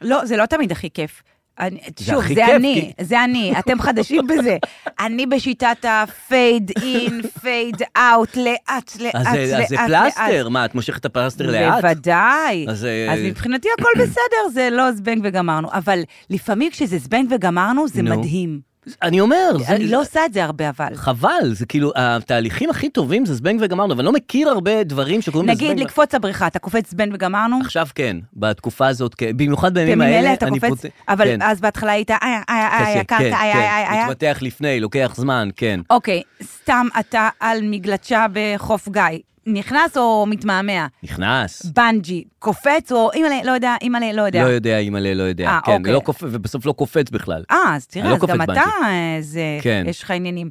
C: לא, זה לא תמיד הכי כיף. אני,
B: זה
C: שוב,
B: הכי
C: זה
B: כיף,
C: אני,
B: כי-
C: זה אני, אתם חדשים בזה. אני בשיטת הפייד אין, פייד אאוט, לאט, לאט, לאט,
B: אז זה- אז
C: לאט.
B: זה פלסטר, מה, את מושכת את הפלסטר לאט?
C: בוודאי.
B: אז,
C: אז,
B: אה,
C: אז מבחינתי הכל בסדר, זה לא זבנג וגמרנו. אבל לפעמים כשזה זבנג וגמרנו, זה
B: נו.
C: מדהים.
B: אני אומר,
C: אני לא עושה את זה הרבה, אבל.
B: חבל, זה כאילו, התהליכים הכי טובים זה זבנג וגמרנו, אבל אני לא מכיר הרבה דברים שקוראים לזבנג.
C: נגיד,
B: ו-
C: לקפוץ לבריכה, אתה קופץ זבנג וגמרנו?
B: עכשיו כן, בתקופה הזאת, כן, במיוחד בימים
C: וממילא
B: האלה,
C: אתה
B: אני
C: קופץ,
B: פות-
C: אבל
B: כן,
C: אז בהתחלה היית, איי, איי,
B: קשה,
C: איי,
B: כן,
C: הכרת, איי,
B: כן,
C: איי, איי.
B: מתפתח לפני, לוקח זמן, כן.
C: אוקיי, סתם אתה על מגלצ'ה בחוף גיא, נכנס או מתמהמה?
B: נכנס.
C: בנג'י, קופץ או אימא'לה, לא יודע, אימא'לה, לא יודע.
B: לא יודע, אימא'לה, לא יודע.
C: אה,
B: כן,
C: אוקיי.
B: לא קופ- ובסוף לא קופץ בכלל.
C: אה, אז תראה,
B: אני לא
C: אז גם
B: קופץ
C: אתה,
B: בנג'י.
C: אה, זה,
B: כן.
C: יש לך עניינים.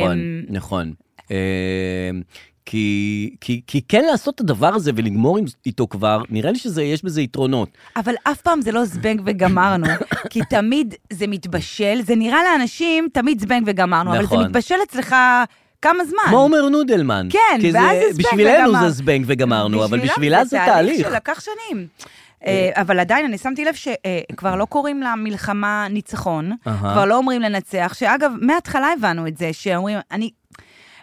B: נכון,
C: אמ,
B: נכון. אמ, כי, כי, כי כן לעשות את הדבר הזה ולגמור עם- איתו כבר, נראה לי שיש בזה יתרונות.
C: אבל אף פעם זה לא זבנג וגמרנו, כי תמיד זה מתבשל, זה נראה לאנשים תמיד זבנג וגמרנו, אבל זה
B: נכון.
C: מתבשל אצלך כמה זמן.
B: כמו עומר נודלמן.
C: כן,
B: כי
C: ואז זה זבנג
B: בשבילנו
C: וגמר.
B: זה זבנג וגמרנו, אבל
C: בשבילם
B: בשבילה זה תהליך.
C: שלקח שנים. אה, אבל עדיין, אני שמתי לב שכבר לא קוראים למלחמה ניצחון,
B: אהה.
C: כבר לא אומרים לנצח, שאגב, מההתחלה הבנו את זה, שאומרים, אני...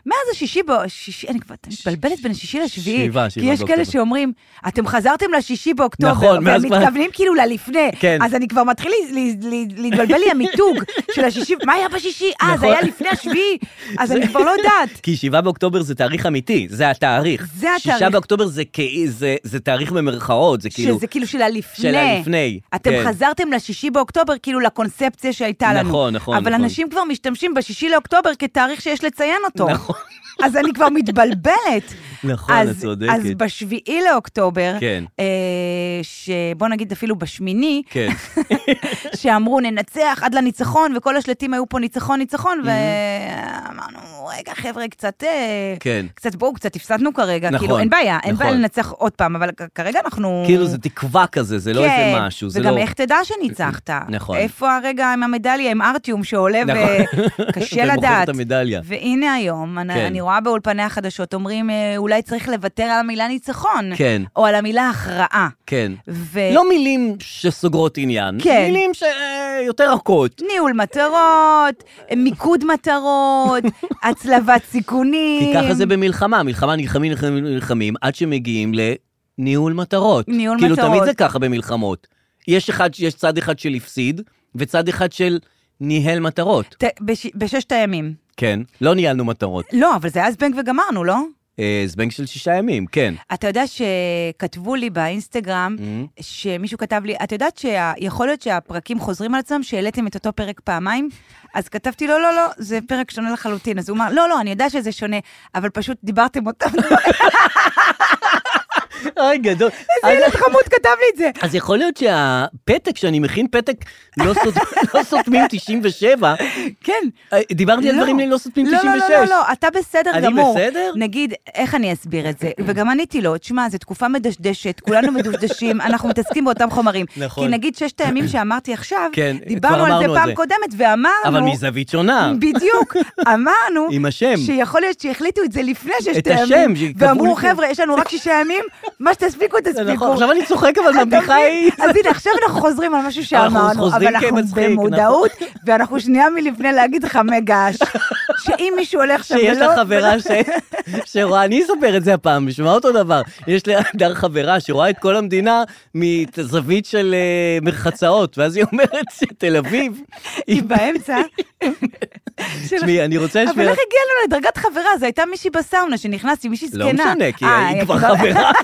C: מאז השישי, בא- שישי, אני כבר מתבלבלת בין השישי לשביעי,
B: שבעה,
C: כי
B: שבעה
C: יש
B: באוקטובר.
C: כאלה שאומרים, אתם חזרתם לשישי באוקטובר,
B: נכון, מאז כבר-
C: ומתכוונים כאילו ללפני,
B: כן.
C: אז אני כבר מתחיל ל- ל- ל- להתבלבל לי המיתוג של השישי, מה היה בשישי? אה, זה
B: נכון.
C: היה לפני השביעי, אז אני כבר לא יודעת.
B: כי 7 באוקטובר זה תאריך אמיתי, זה התאריך.
C: זה התאריך.
B: 6 באוקטובר זה, כא- זה, זה תאריך במרכאות, זה כאילו...
C: שזה כאילו של הלפני.
B: של הלפני,
C: אתם
B: כן.
C: חזרתם לשישי באוקטובר, כאילו לקונספציה שהייתה לנו.
B: נכון, נכון,
C: אבל
B: נכון.
C: אנשים כבר משתמשים בשישי לאוקטובר כתאריך שיש לציין אותו.
B: נכון.
C: אז אני כבר מתבלבלת.
B: נכון,
C: אז-
B: את צודקת.
C: אז בשביעי לאוקטובר,
B: כן.
C: אה, שבוא נגיד אפילו בשמיני,
B: כן.
C: שאמרו ננצח עד לניצחון, וכל השלטים היו פה ניצחון, ניצחון,
B: Mm-hmm.
C: ואמרנו, רגע, חבר'ה, קצת... אה,
B: כן.
C: קצת בואו, קצת הפסדנו כרגע,
B: נכון,
C: כאילו, אין בעיה, אין
B: נכון.
C: בעיה לנצח עוד פעם, אבל כ- כרגע אנחנו...
B: כאילו זה תקווה כזה, זה לא איזה משהו, זה לא...
C: כן, וגם איך תדע שניצחת.
B: נכון.
C: איפה הרגע עם המדליה, עם ארטיום שעולה
B: נכון.
C: ו... קשה
B: ומוכר
C: לדעת. כן.
B: את המדליה.
C: והנה היום, אני,
B: כן.
C: אני רואה באולפני החדשות, אומרים, אה, אולי צריך לוותר על המילה ניצחון.
B: כן.
C: או על המילה הכרעה.
B: כן.
C: ו...
B: לא מילים שסוגרות עניין,
C: אה. כן.
B: מילים שיותר רכות.
C: ניהול מטרות, מיקוד מטרות, הצלבת
B: כי
C: סיכונים.
B: ככה זה במלחמה, מלחמה נלחמים, נלחמים, נלחמים, עד שמגיעים לניהול מטרות.
C: ניהול
B: כאילו
C: מטרות.
B: כאילו תמיד זה ככה במלחמות. יש, אחד, יש צד אחד של הפסיד, וצד אחד של ניהל מטרות.
C: ת- בש... בששת הימים.
B: כן, לא ניהלנו מטרות.
C: לא, אבל זה היה זבנג וגמרנו, לא?
B: אה, זבנג של שישה ימים, כן.
C: אתה יודע שכתבו לי באינסטגרם, שמישהו כתב לי, את יודעת שיכול להיות שהפרקים חוזרים על עצמם, שהעליתם את אותו פרק פעמיים? אז כתבתי לו, לא, לא, זה פרק שונה לחלוטין. אז הוא אמר, לא, לא, אני יודע שזה שונה, אבל פשוט דיברתם אותם.
B: אוי, אה, גדול. אז-
C: ילד חמוד כתב לי את זה.
B: אז יכול להיות שהפתק, שאני מכין פתק, לא סות- לא סותמים 97,
C: כן.
B: אה, דיברתי על
C: לא.
B: דברים לא סותמים
C: לא,
B: 96.
C: לא, לא, לא, לא, אתה בסדר
B: אני
C: גמור.
B: בסדר?
C: נגיד, איך אני אסביר את זה? וגם עניתי לו, תשמע, זו תקופה מדשדשת, כולנו מדושדשים, אנחנו מתעסקים באותם חומרים.
B: נכון.
C: כי נגיד ששת הימים שאמרתי עכשיו,
B: כן, כבר
C: דיברנו על
B: אמרנו
C: זה
B: את
C: פעם
B: זה.
C: קודמת, ואמרנו...
B: אבל אה. מזווית שונה.
C: בדיוק, אמרנו,
B: עם השם.
C: שיכול להיות שהחליטו את זה לפני ששת
B: את השם,
C: הימים,
B: שקבעו
C: ואמרו,
B: לפני.
C: חבר'ה, יש לנו רק שישה ימים, מה שתספיקו,
B: זה נכון.
C: תספיקו.
B: עכשיו אני צוחק, אבל
C: אתה
B: מהבדיחה
C: מבין?
B: היא...
C: אז הנה, עכשיו אנחנו חוזרים על משהו
B: אנחנו
C: שאמרנו,
B: חוזרים
C: אבל אנחנו
B: כמצחיק, נכון.
C: במודעות, ואנחנו שנייה מלפני להגיד לך מגש, שאם מישהו הולך שם ולא...
B: שיש לה
C: ולא-
B: חברה ש... שרואה, אני אספר את זה הפעם, נשמע אותו דבר. יש לה דר חברה שרואה את כל המדינה מזווית של אה, מרחצאות, ואז היא אומרת שתל אביב... היא-
C: היא באמצע. של-
B: תשמעי, אני רוצה
C: אבל
B: לשמוע...
C: איך הגענו לדרגת חברה? זו הייתה מישהי בסאונה שנכנסתי, מישהי זקנה.
B: לא משנה, כי
C: אה,
B: היא כבר חברה.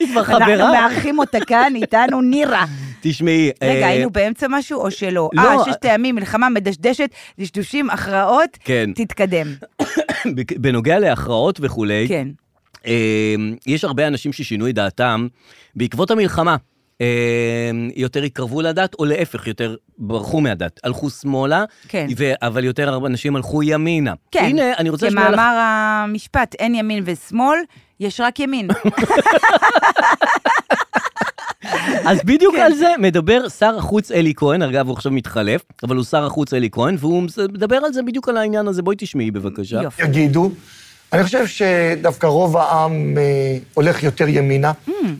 B: היא כבר
C: אנחנו
B: חברה.
C: מארחים אותה כאן, איתנו נירה.
B: תשמעי...
C: רגע,
B: אה,
C: היינו באמצע משהו או שלא?
B: לא,
C: אה, ששת הימים, מלחמה מדשדשת, דשדושים, הכרעות,
B: כן.
C: תתקדם.
B: בנוגע להכרעות וכולי,
C: כן.
B: אה, יש הרבה אנשים ששינו את דעתם בעקבות המלחמה. אה, יותר התקרבו לדת, או להפך, יותר ברחו מהדת. הלכו שמאלה,
C: כן.
B: ו- אבל יותר הרבה אנשים הלכו ימינה.
C: כן.
B: הנה, אני רוצה לשמוע לך...
C: כמאמר המשפט, אין ימין ושמאל, יש רק ימין.
B: אז בדיוק
C: כן.
B: על זה מדבר שר החוץ אלי כהן, אגב, הוא עכשיו מתחלף, אבל הוא שר החוץ אלי כהן, והוא מדבר על זה בדיוק על העניין הזה. בואי תשמעי בבקשה.
C: יופי.
E: יגידו. אני חושב שדווקא רוב העם אה, הולך יותר ימינה.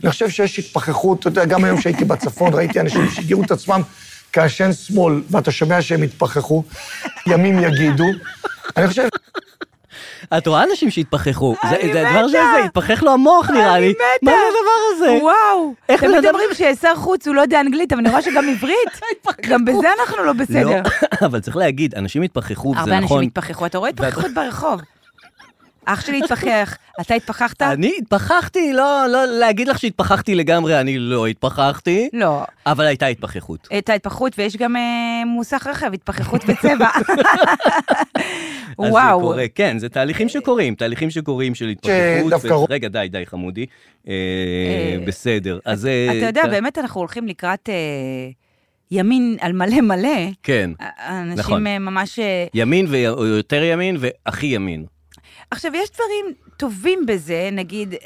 E: אני חושב שיש התפכחות, אתה יודע, גם היום שהייתי בצפון, ראיתי אנשים שהגדירו את עצמם כעשן שמאל, ואתה שומע שהם התפכחו, ימים יגידו. אני חושב
B: את רואה אנשים שהתפכחו.
C: אני
B: זה, זה הדבר
C: מתה.
B: שזה, התפכח לו המוח נראה לי.
C: אני
B: מה
C: מתה.
B: זה הדבר הזה?
C: וואו.
B: איך בן
C: תמיד
B: אדם-
C: אומרים ששר חוץ הוא לא יודע אנגלית, אבל אני רואה שגם עברית. גם בזה אנחנו לא בסדר.
B: לא, אבל צריך להגיד, אנשים התפכחו, וזה נכון.
C: הרבה אנשים התפכחו, אתה רואה התפכחות ברחוב. אח שלי התפכח, אתה התפכחת?
B: אני התפכחתי, לא, לא להגיד לך שהתפכחתי לגמרי, אני לא התפכחתי,
C: לא.
B: אבל הייתה התפכחות.
C: את ההתפכחות, ויש גם אה, מוסך רכב, התפכחות בצבע.
B: אז זה
C: וואו.
B: קורה, כן, זה תהליכים שקורים, תהליכים שקורים של התפכחות.
E: שדווקא
B: ו-
E: רוב-
B: רגע, די, די, חמודי. אה,
C: אה,
B: בסדר. אז... אה,
C: אתה יודע,
B: כן.
C: באמת אנחנו הולכים לקראת אה, ימין על מלא מלא.
B: כן. נכון.
C: אנשים אה, ממש... אה,
B: ימין ויותר ימין והכי ימין.
C: עכשיו, יש דברים טובים בזה, נגיד, אה,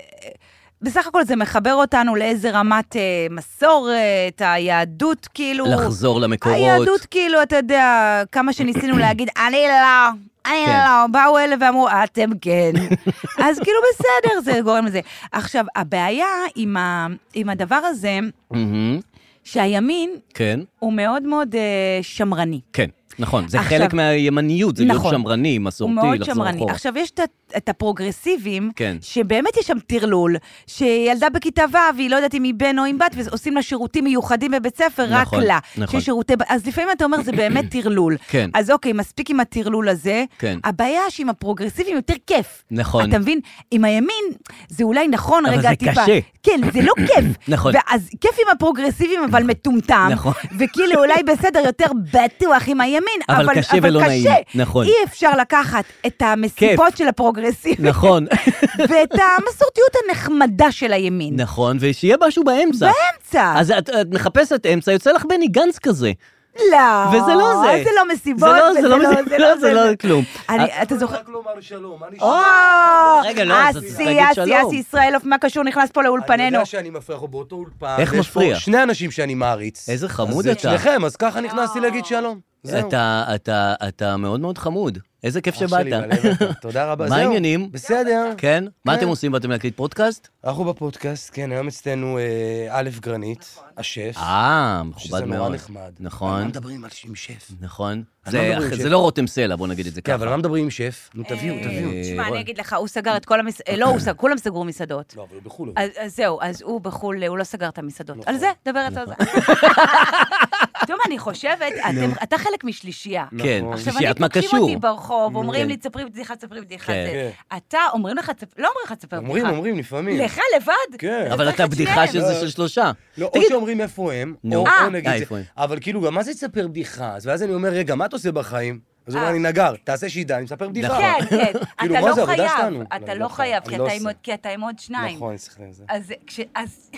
C: בסך הכל זה מחבר אותנו לאיזה רמת אה, מסורת, היהדות, כאילו...
B: לחזור למקורות.
C: היהדות, כאילו, אתה יודע, כמה שניסינו להגיד, אני לא, אני
B: כן.
C: לא, באו אלה ואמרו, אתם כן. אז כאילו, בסדר, זה גורם לזה. עכשיו, הבעיה עם, ה, עם הדבר הזה,
B: מהמם,
C: שהימין
B: כן.
C: הוא מאוד מאוד אה, שמרני.
B: כן, נכון, זה
C: עכשיו-
B: חלק מהימניות, זה להיות
C: נכון.
B: שמרני, מסורתי,
C: הוא מאוד
B: לחזור
C: שמרני.
B: אחורה.
C: עכשיו, יש את, ה- את הפרוגרסיבים,
B: כן.
C: שבאמת יש שם טרלול, שילדה בכיתה ו', היא לא יודעת אם היא בן או אם בת, ועושים לה שירותים מיוחדים בבית ספר
B: נכון,
C: רק לה.
B: נכון.
C: שיש שירותי... ב- אז לפעמים אתה אומר, זה באמת טרלול.
B: כן.
C: אז אוקיי, מספיק עם הטרלול הזה.
B: כן.
C: הבעיה שעם הפרוגרסיבים יותר כיף.
B: נכון.
C: אתה מבין? עם הימין, זה אולי נכון
B: אבל
C: רגע
B: זה
C: טיפה.
B: קשה.
C: כן, זה לא כיף.
B: נכון.
C: ואז כיף עם הפרוגרסיבים, אבל מטומטם.
B: נכון.
C: וכאילו אולי בסדר, יותר בטוח עם הימין,
B: אבל קשה ולא
C: קשה.
B: נעים. נכון.
C: אי אפשר לקחת את המסיבות של הפרוגרסיבים,
B: נכון,
C: ואת המסורתיות הנחמדה של הימין.
B: נכון, ושיהיה משהו באמצע.
C: באמצע.
B: אז את, את מחפשת אמצע, יוצא לך בני גנץ כזה.
C: לא.
B: וזה לא זה.
C: זה לא מסיבות,
B: זה לא- זה
C: וזה
B: לא מסיבות, זה לא כלום.
C: אני- אתה זוכר...
F: לא
E: לומר שלום, אני
C: או!
B: אה, רגע, לא, אז צריך להגיד
C: אסי, אסי,
B: שלום.
C: אסי ישראלוף, מה קשור נכנס פה
F: אני
C: לאולפננו?
F: יודע שאני מפריע לך באותו אולפן.
B: איך
F: ויש פה
B: מפריע?
F: שני אנשים שאני מעריץ.
B: איזה חמוד אתה.
F: אז את שניכם, אז ככה נכנסתי
C: אה.
F: להגיד שלום. זהו.
B: אתה, אתה, אתה מאוד מאוד חמוד. איזה כיף
F: אח שלי,
B: שבאת.
F: מלא ואתה. תודה רבה.
B: מה
F: זהו.
B: העניינים?
F: בסדר.
B: כן? מה
F: כן.
B: אתם עושים? באתם להקליט פודקאסט?
F: אנחנו בפודקאסט, כן, היום אצלנו אה, א' גרנית,
C: נכון.
F: השף.
B: אה, מכובד
F: שזה
B: מאוד.
F: נורא נחמד. אבל מה
B: נכון,
F: מדברים על עם שף?
B: נכון.
F: אני
B: זה-
F: לא מדבר עם
B: זה
F: שף.
B: לא רותם סלע, בוא נגיד את זה
F: כן,
B: ככה.
F: אבל מה מדברים עם שף? נו, תביאו, תביאו.
C: תשמע,
B: אה,
C: אני
B: רון.
C: אגיד לך, הוא סגר את כל המסעדות, לא, הוא סגר, כולם סגרו מסעדות.
F: לא, אבל הוא בחו"ל.
C: אז אז זהו, אז הוא בחו"ל, הוא לא סגר את המסעדות.
B: נכון.
C: על זה, דברת על זה. טוב, אני חושבת,
B: לא.
C: אתם- אתה חלק משלישייה.
B: כן,
F: נכון.
C: עכשיו,
B: שלישיית
C: אני
B: מה
C: פוגשים
B: קשור?
C: אותי ברחוב, אומרים
B: כן.
C: לי, תספרי בדיחה, תספרי בדיחה.
B: כן.
C: זה- אתה, אומרים לך, "תספ- לא אומרים לך, תספר בדיחה.
F: אומרים, אומרים לפעמים.
C: לך לבד?
F: כן.
C: אתה
B: אבל
C: צריך
B: אתה
C: את
B: בדיחה
C: שניהם.
B: שזה של שלושה.
F: לא, או
B: תגיד,
F: שאומרים איפה הם,
B: נו.
F: או
C: אה.
F: או נגיד
B: אה,
F: זה.
B: איפה הם.
F: אבל כאילו, גם מה זה תספר בדיחה? אז ואז אני אומר, רגע, מה אתה עושה בחיים? אז הוא
C: אה.
F: אומר, אני נגר, תעשה שידה, אני מספר בדיחה.
C: כן, כן.
F: כאילו,
C: אתה
F: מה
C: לא
F: זה, עבודה
C: חייב,
F: שלנו?
C: אתה
F: אני
C: לא
F: לא
C: חייב,
F: חייב,
C: כי
F: אני לא
C: אתה עם
F: עושה.
C: עוד- כי אתה עם עוד שניים.
F: נכון, אני צריך לזה.
C: אז כש... אז...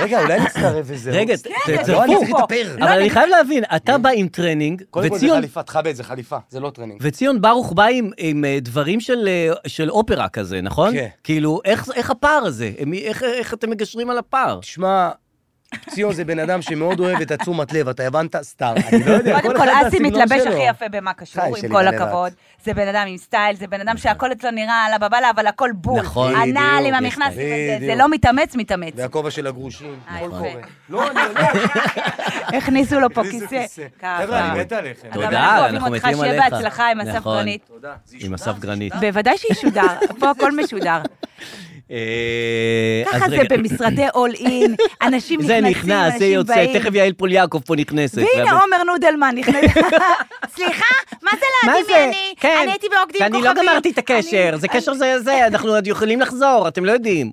F: רגע, אולי נצטרף וזהו.
B: רגע, ת-
C: רגע,
F: לא, אני
B: תצרפו.
F: צריך להתאפר.
B: אבל אני חייב להבין, אתה בא עם טרנינג,
F: קודם כל זה
B: וציון-
F: חליפה, תכבד, זה חליפה, זה לא טרנינג.
B: וציון ברוך בא עם, עם אה, דברים של, אה, של אופרה כזה, נכון?
F: כן.
B: כאילו, איך, איך הפער הזה? מי- איך, איך אתם מגשרים על הפער?
F: תשמע, ציון זה בן אדם שמאוד אוהב את התשומת לב, אתה הבנת? סתם, אני לא יודע,
C: קודם
F: אחד
C: כל, אסי
F: והסגנון
C: מתלבש
F: שלו.
C: הכי יפה במה
F: חי
C: קשור, עם
F: שלי
C: כל
F: בלבד. נכון.
C: הכבוד. זה בן אדם עם סטייל, זה בן אדם שהכל אצלו נראה על הבאללה, אבל הכל בול.
B: נכון,
C: הנעל עם
B: בדיוק,
C: המכנס, עם הזה, זה
F: בדיוק.
C: לא מתאמץ, מתאמץ.
F: והכובע של הגרושים,
C: אה,
F: הכל
C: יפה.
F: קורה. לא, אני יודע,
C: הכניסו לו פה
F: איזה
C: כיסא. ככה.
F: חבר'ה, אני מת עליכם.
C: אבל
B: תודה,
C: אנחנו אוהבים
B: אנחנו
C: אותך,
B: מתים
C: שיהיה
B: עליך.
C: בהצלחה עם אסף
B: נכון.
C: גרנית.
F: תודה. זה
B: עם אסף גרנית.
C: בוודאי שישודר, פה הכל משודר.
B: אה, אז
C: ככה זה
B: רגע.
C: במשרדי אול אין, אנשים
B: זה
C: נכנסים, אנשים באים.
B: נכנס, זה יוצא, תכף יעל פוליאקוב פה נכנסת.
C: והנה
B: וה-
C: עומר נודלמן נכנס. סליחה, מה זה
B: מה
C: להגיד מי
B: זה?
C: אני?
B: כן.
C: אני הייתי ברוקדים
B: ואני
C: כוכבים.
B: לא גמרתי את הקשר,
C: אני-
B: זה קשר זה זה, אנחנו עוד יכולים לחזור, אתם לא יודעים.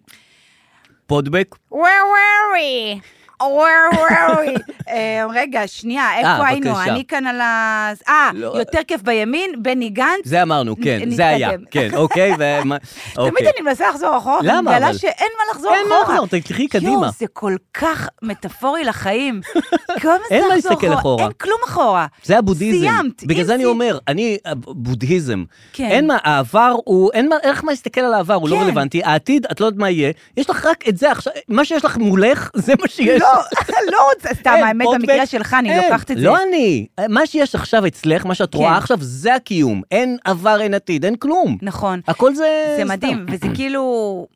B: פודבק?
C: Where were we? Where were we? אה, רגע, שנייה, איפה היינו?
B: בבקשה.
C: אני כאן על ה... אה,
B: לא.
C: יותר כיף בימין, בני גנץ.
B: זה אמרנו, כן,
C: נ-
B: זה היה.
C: נתקדם.
B: כן, אוקיי, ומה...
C: תמיד אני מנסה לחזור אחורה,
B: למה,
C: אני מגלה
B: אבל?
C: שאין מה לחזור
B: אין מה
C: אחורה.
B: כן, לא לחזור, תלכי קדימה.
C: יואו, זה כל כך מטאפורי לחיים. כל הזמן
B: אין
C: צריך
B: מה
C: לחזור
B: להסתכל אחורה.
C: אין כלום אחורה.
B: זה הבודהיזם.
C: סיימת.
B: בגלל
C: אם
B: זה אני
C: סי-
B: אומר, אני, הבודהיזם.
C: כן.
B: אין מה, העבר הוא, אין מה, אין לך מה להסתכל על העבר, הוא לא
C: כן.
B: רלוונטי. העתיד, את לא יודעת מה יהיה. יש לך רק את זה עכשיו, מה שיש לך מולך, זה מה שיש.
C: לא, לא רוצה, סתם,
B: אין,
C: האמת,
B: פודבק,
C: במקרה שלך, אני
B: אין.
C: לוקחת את זה.
B: לא אני. מה שיש עכשיו אצלך, מה שאת
C: כן.
B: רואה עכשיו, זה הקיום. אין עבר, אין עתיד, אין כלום.
C: נכון.
B: הכל זה...
C: זה
B: סתם.
C: מדהים, וזה כאילו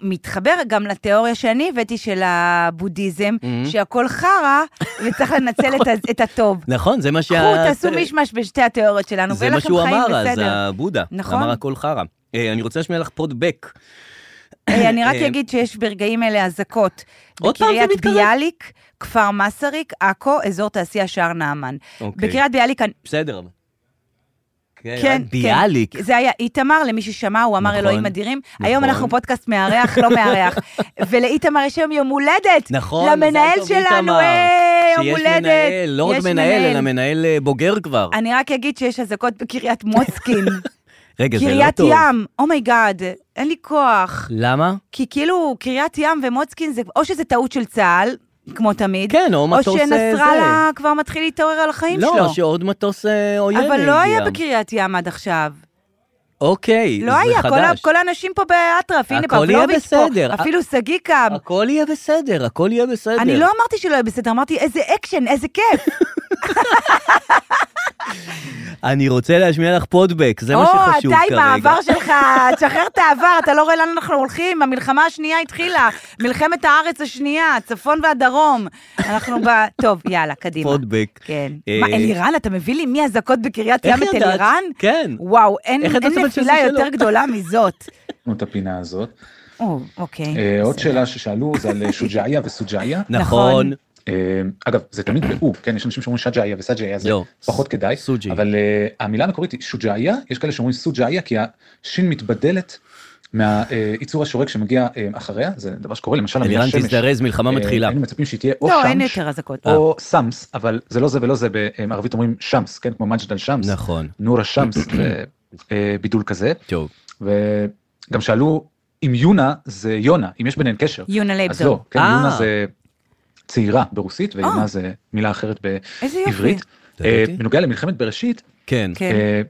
C: מתחבר גם לתיאוריה שאני הבאתי של הבודהיזם,
B: Mhm.
C: שהכל חרא וצריך לנצל את ה- את הטוב.
B: נכון, זה מה שה...
C: קחו, תעשו מישמש בשתי התיאוריות שלנו,
B: זה
C: ויהיה
B: מה
C: לכם
B: שהוא
C: חיים
B: אמר אז,
C: בסדר.
B: הבודה.
C: נכון.
B: אמר הכל חרא. אה, אני רוצה להשמיע לך פודבק.
C: אה, אני רק
B: אה,
C: אגיד שיש ברגעים אלה אזעקות.
B: עוד פעם זה
C: בקריית
B: מתקרב?
C: ביאליק, כפר מסריק, עכו, אזור תעשייה שער נעמן.
B: אוקיי.
C: בקריית ביאליק, אני-
B: בסדר. אבל. כן,
C: כן,
B: ביאליק.
C: כן. זה היה איתמר, למי ששמע, הוא אמר
B: נכון,
C: אלוהים אדירים. היום
B: נכון.
C: אנחנו פודקאסט מארח, לא מארח. ולאיתמר יש היום יום הולדת.
B: נכון, מזל
C: למנהל
B: טוב,
C: שלנו,
B: איתמר.
C: היי, יום
B: שיש
C: הולדת.
B: מנהל, לא רק
C: יש
B: מנהל, אלא מנהל אה, בוגר כבר.
C: אני רק אגיד שיש אזעקות בקריית מוצקין,
B: רגע, זה לא
C: קריית
B: טוב.
C: ים, אומייגאד, אין לי כוח.
B: למה?
C: כי כאילו, קריית ים ומוצקין זה, או שזה טעות של צה"ל, כמו תמיד,
B: כן, או
C: או
B: מטוס אה, זה.
C: שנסראללה כבר מתחיל להתעורר על החיים שלו.
B: לא, שעוד מטוס אה, עוין הגיע.
C: אבל לא היה בקריית ים עד עכשיו.
B: אוקיי,
C: לא
B: זה
C: היה, כל ה-
B: חדש.
C: כל האנשים פה באטרף, הנה
B: הכל יהיה
C: פבלוביץ' פה,
B: בסדר.
C: אפילו שגיא קם. לא
B: הכל יהיה בסדר, הכל יהיה בסדר.
C: אני לא אמרתי שלא יהיה בסדר, אמרתי איזה אקשן, איזה כיף.
B: אני רוצה להשמיע לך פודבק, זה מה
C: או,
B: שחשוב
C: אתה
B: כרגע.
C: עם העבר שלך, תשחרר את העבר, אתה לא רואה לאן אנחנו הולכים, המלחמה השנייה התחילה, מלחמת הארץ השנייה, הצפון והדרום. אנחנו ב... טוב, יאללה, קדימה.
B: פודבק.
C: כן.
B: אה,
C: מה, אלירן, אתה מביא לי מי אזעקות בקריית
B: איך
C: ים את
B: ידעת?
C: אלירן?
B: כן.
C: וואו, אין
B: איך את
C: אין
B: חושבת שזה
C: נפילה
B: שלו?
C: יותר גדולה מזאת.
G: לנו את הפינה הזאת.
C: או, אוקיי.
G: אה, עוד שאלה ששאלו זה על אה, שוג'עיה וסוג'עיה.
B: נכון.
C: נכון.
G: אה, אגב, זה תמיד באו, כן? יש אנשים שאומרים שג'עיה וסג'עיה, זה
B: לא,
G: פחות כדאי.
B: סוג'י.
G: אבל אה, המילה המקורית היא שוג'עיה, יש כאלה שאומרים סוג'עיה, כי השין מתבדלת מהייצור השורק שמגיע אה, אחריה, זה דבר שקורה למשל המילה
B: אלירן
G: שמש.
B: תזדרז, מלחמה
G: אה,
B: מתחילה.
G: היינו מצפים שהיא תהיה או
C: לא, אין
G: שמש,
C: יותר אזעקות.
B: אה,
G: או סמס, אבל זה לא זה ולא זה, בערבית אומרים שמס, כן? כמו מג'ד אל שמס,
B: נכון.
G: נור השמס, ו- אה, בידול כזה.
B: טוב.
G: וגם שאלו אם יונה זה יונה, אם יש ביניהן קשר.
C: יונה
G: אז לא,
C: לייבזון.
G: כן,
B: אה.
G: יונה זה צעירה ברוסית, ויונה
C: אה.
G: זה מילה אחרת
C: איזה יופי.
G: בעברית.
B: אתה יודע
G: אה,
B: אותי?
G: בנוגע למלחמת בראשית,
B: כן.
C: כן.
G: אה,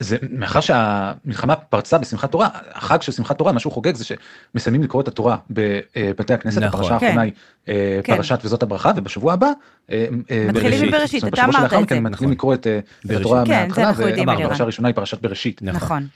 G: זה מאחר שהמלחמה פרצה בשמחת תורה, החג של שמחת תורה, מה שהוא חוגג זה שמסיימים לקרוא את התורה בבתי הכנסת,
B: נכון.
G: הפרשה האחרונה
C: כן.
G: היא אה,
C: כן.
G: פרשת וזאת הברכה, ובשבוע הבא, אה, אה,
C: מתחילים
G: בראשית.
C: עם בראשית,
G: זאת אומרת,
C: אתה
G: בשבוע
C: אמרת
G: שלאחר
C: את
G: מכן
C: זה.
G: מתחילים
B: נכון.
G: לקרוא את אה, את
B: בראשית.
G: התורה
C: כן, זה
G: מההתחלה,
C: אנחנו יודעים, אלירן.
G: והפרשה הראשונה היא פרשת בראשית.
C: נכון.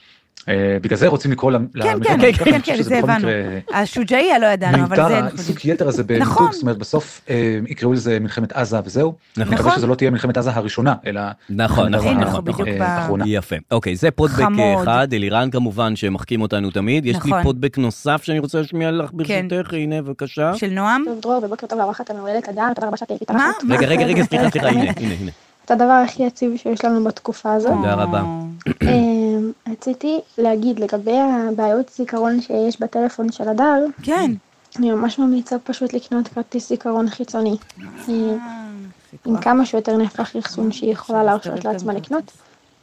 G: אה, בגלל זה רוצים לקרוא למ-
C: כן,
G: למלחמה.
C: כן,
G: ככה,
C: כן,
G: אני חושב
C: כן,
G: שזה
C: זה
G: בכל
C: הבנו.
G: מקרה- אה,
C: השוג'אי לא ידענו, אבל
G: מיותר
C: זה...
B: אה,
G: העיסוק יתר הזה בניתוק,
C: נכון.
G: זאת אומרת בסוף אה, יקראו לזה מלחמת עזה וזהו. נכון. מקווה
C: נכון.
G: שזו לא תהיה מלחמת עזה הראשונה, אלא...
B: נכון,
G: מלחמת
B: נכון,
G: עזה
B: נכון,
G: האחרונה.
C: בדיוק ב-
G: האחרונה.
B: יפה. אוקיי, זה פודבק
C: חמוד.
B: אחד, אלירן כמובן שמחכים אותנו תמיד. יש לי
C: נכון.
B: פודבק נוסף שאני רוצה להשמיע לך
C: כן.
B: ברשותך, הנה בבקשה.
C: של נועם?
H: טוב דרור ובוקר טוב לאורחת המהוללת אדם, תודה רבה שאת איתי
C: מה?
H: תחת.
C: מה?
B: רגע, רגע, רגע, סליחה, סליחה, הנה, הנה, הנה.
H: את הדבר הכי יציב שיש לנו בתקופה הזאת.
B: תודה רבה.
C: אוקיי.
H: אמ, רציתי להגיד לגבי הבעיות זיכרון שיש בטלפון של הדר,
C: כן.
H: אני ממש ממליצה פשוט לקנות כרטיס זיכרון חיצוני.
C: אה,
H: אמ, עם כמה שיותר נפח אחסון
C: אה,
H: שהיא יכולה להרשות לעצמה לקנות,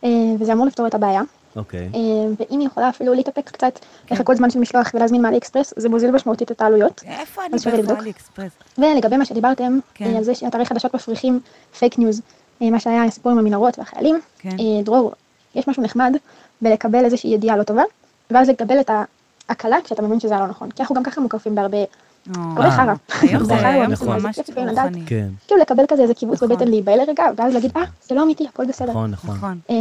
H: אמ, וזה אמור לפתור את הבעיה.
B: אוקיי.
H: אמ, ואם היא יכולה אפילו להתאפק קצת,
C: כן.
H: לחכות זמן של משלוח ולהזמין מעלי אקספרס, זה מוזיל משמעותית את העלויות.
C: איפה אני
H: אז שווה לבדוק.
C: באלי אקספרס?
H: ולגבי מה שדיברתם,
C: כן.
H: אה, על זה שאתרי חדשות מפריחים פייק ניוז, אה, מה שהיה הסיפור עם המנהרות והחיילים,
C: כן.
H: אה, דרור, יש משהו נחמד בלקבל איזושהי ידיעה לא טובה, ואז לקבל את ההקלה כשאתה מבין שזה היה לא נכון, כי אנחנו גם ככה מוקפים בהרבה, הרבה
B: אה,
H: חרא.
C: היום זה
H: זה חרא,
C: היום זה
H: נכון.
C: ממש
H: זה כיף לפעמים לדעת.
C: רוחני.
B: כן,
H: כאילו לקבל כזה איזה קיבוץ
C: נכון.
H: בבטן להיבהל לרגע, ואז להגיד, אה, זה לא אמיתי, הכל בסדר.
B: נכון, נכון.
C: נכון.
H: אה,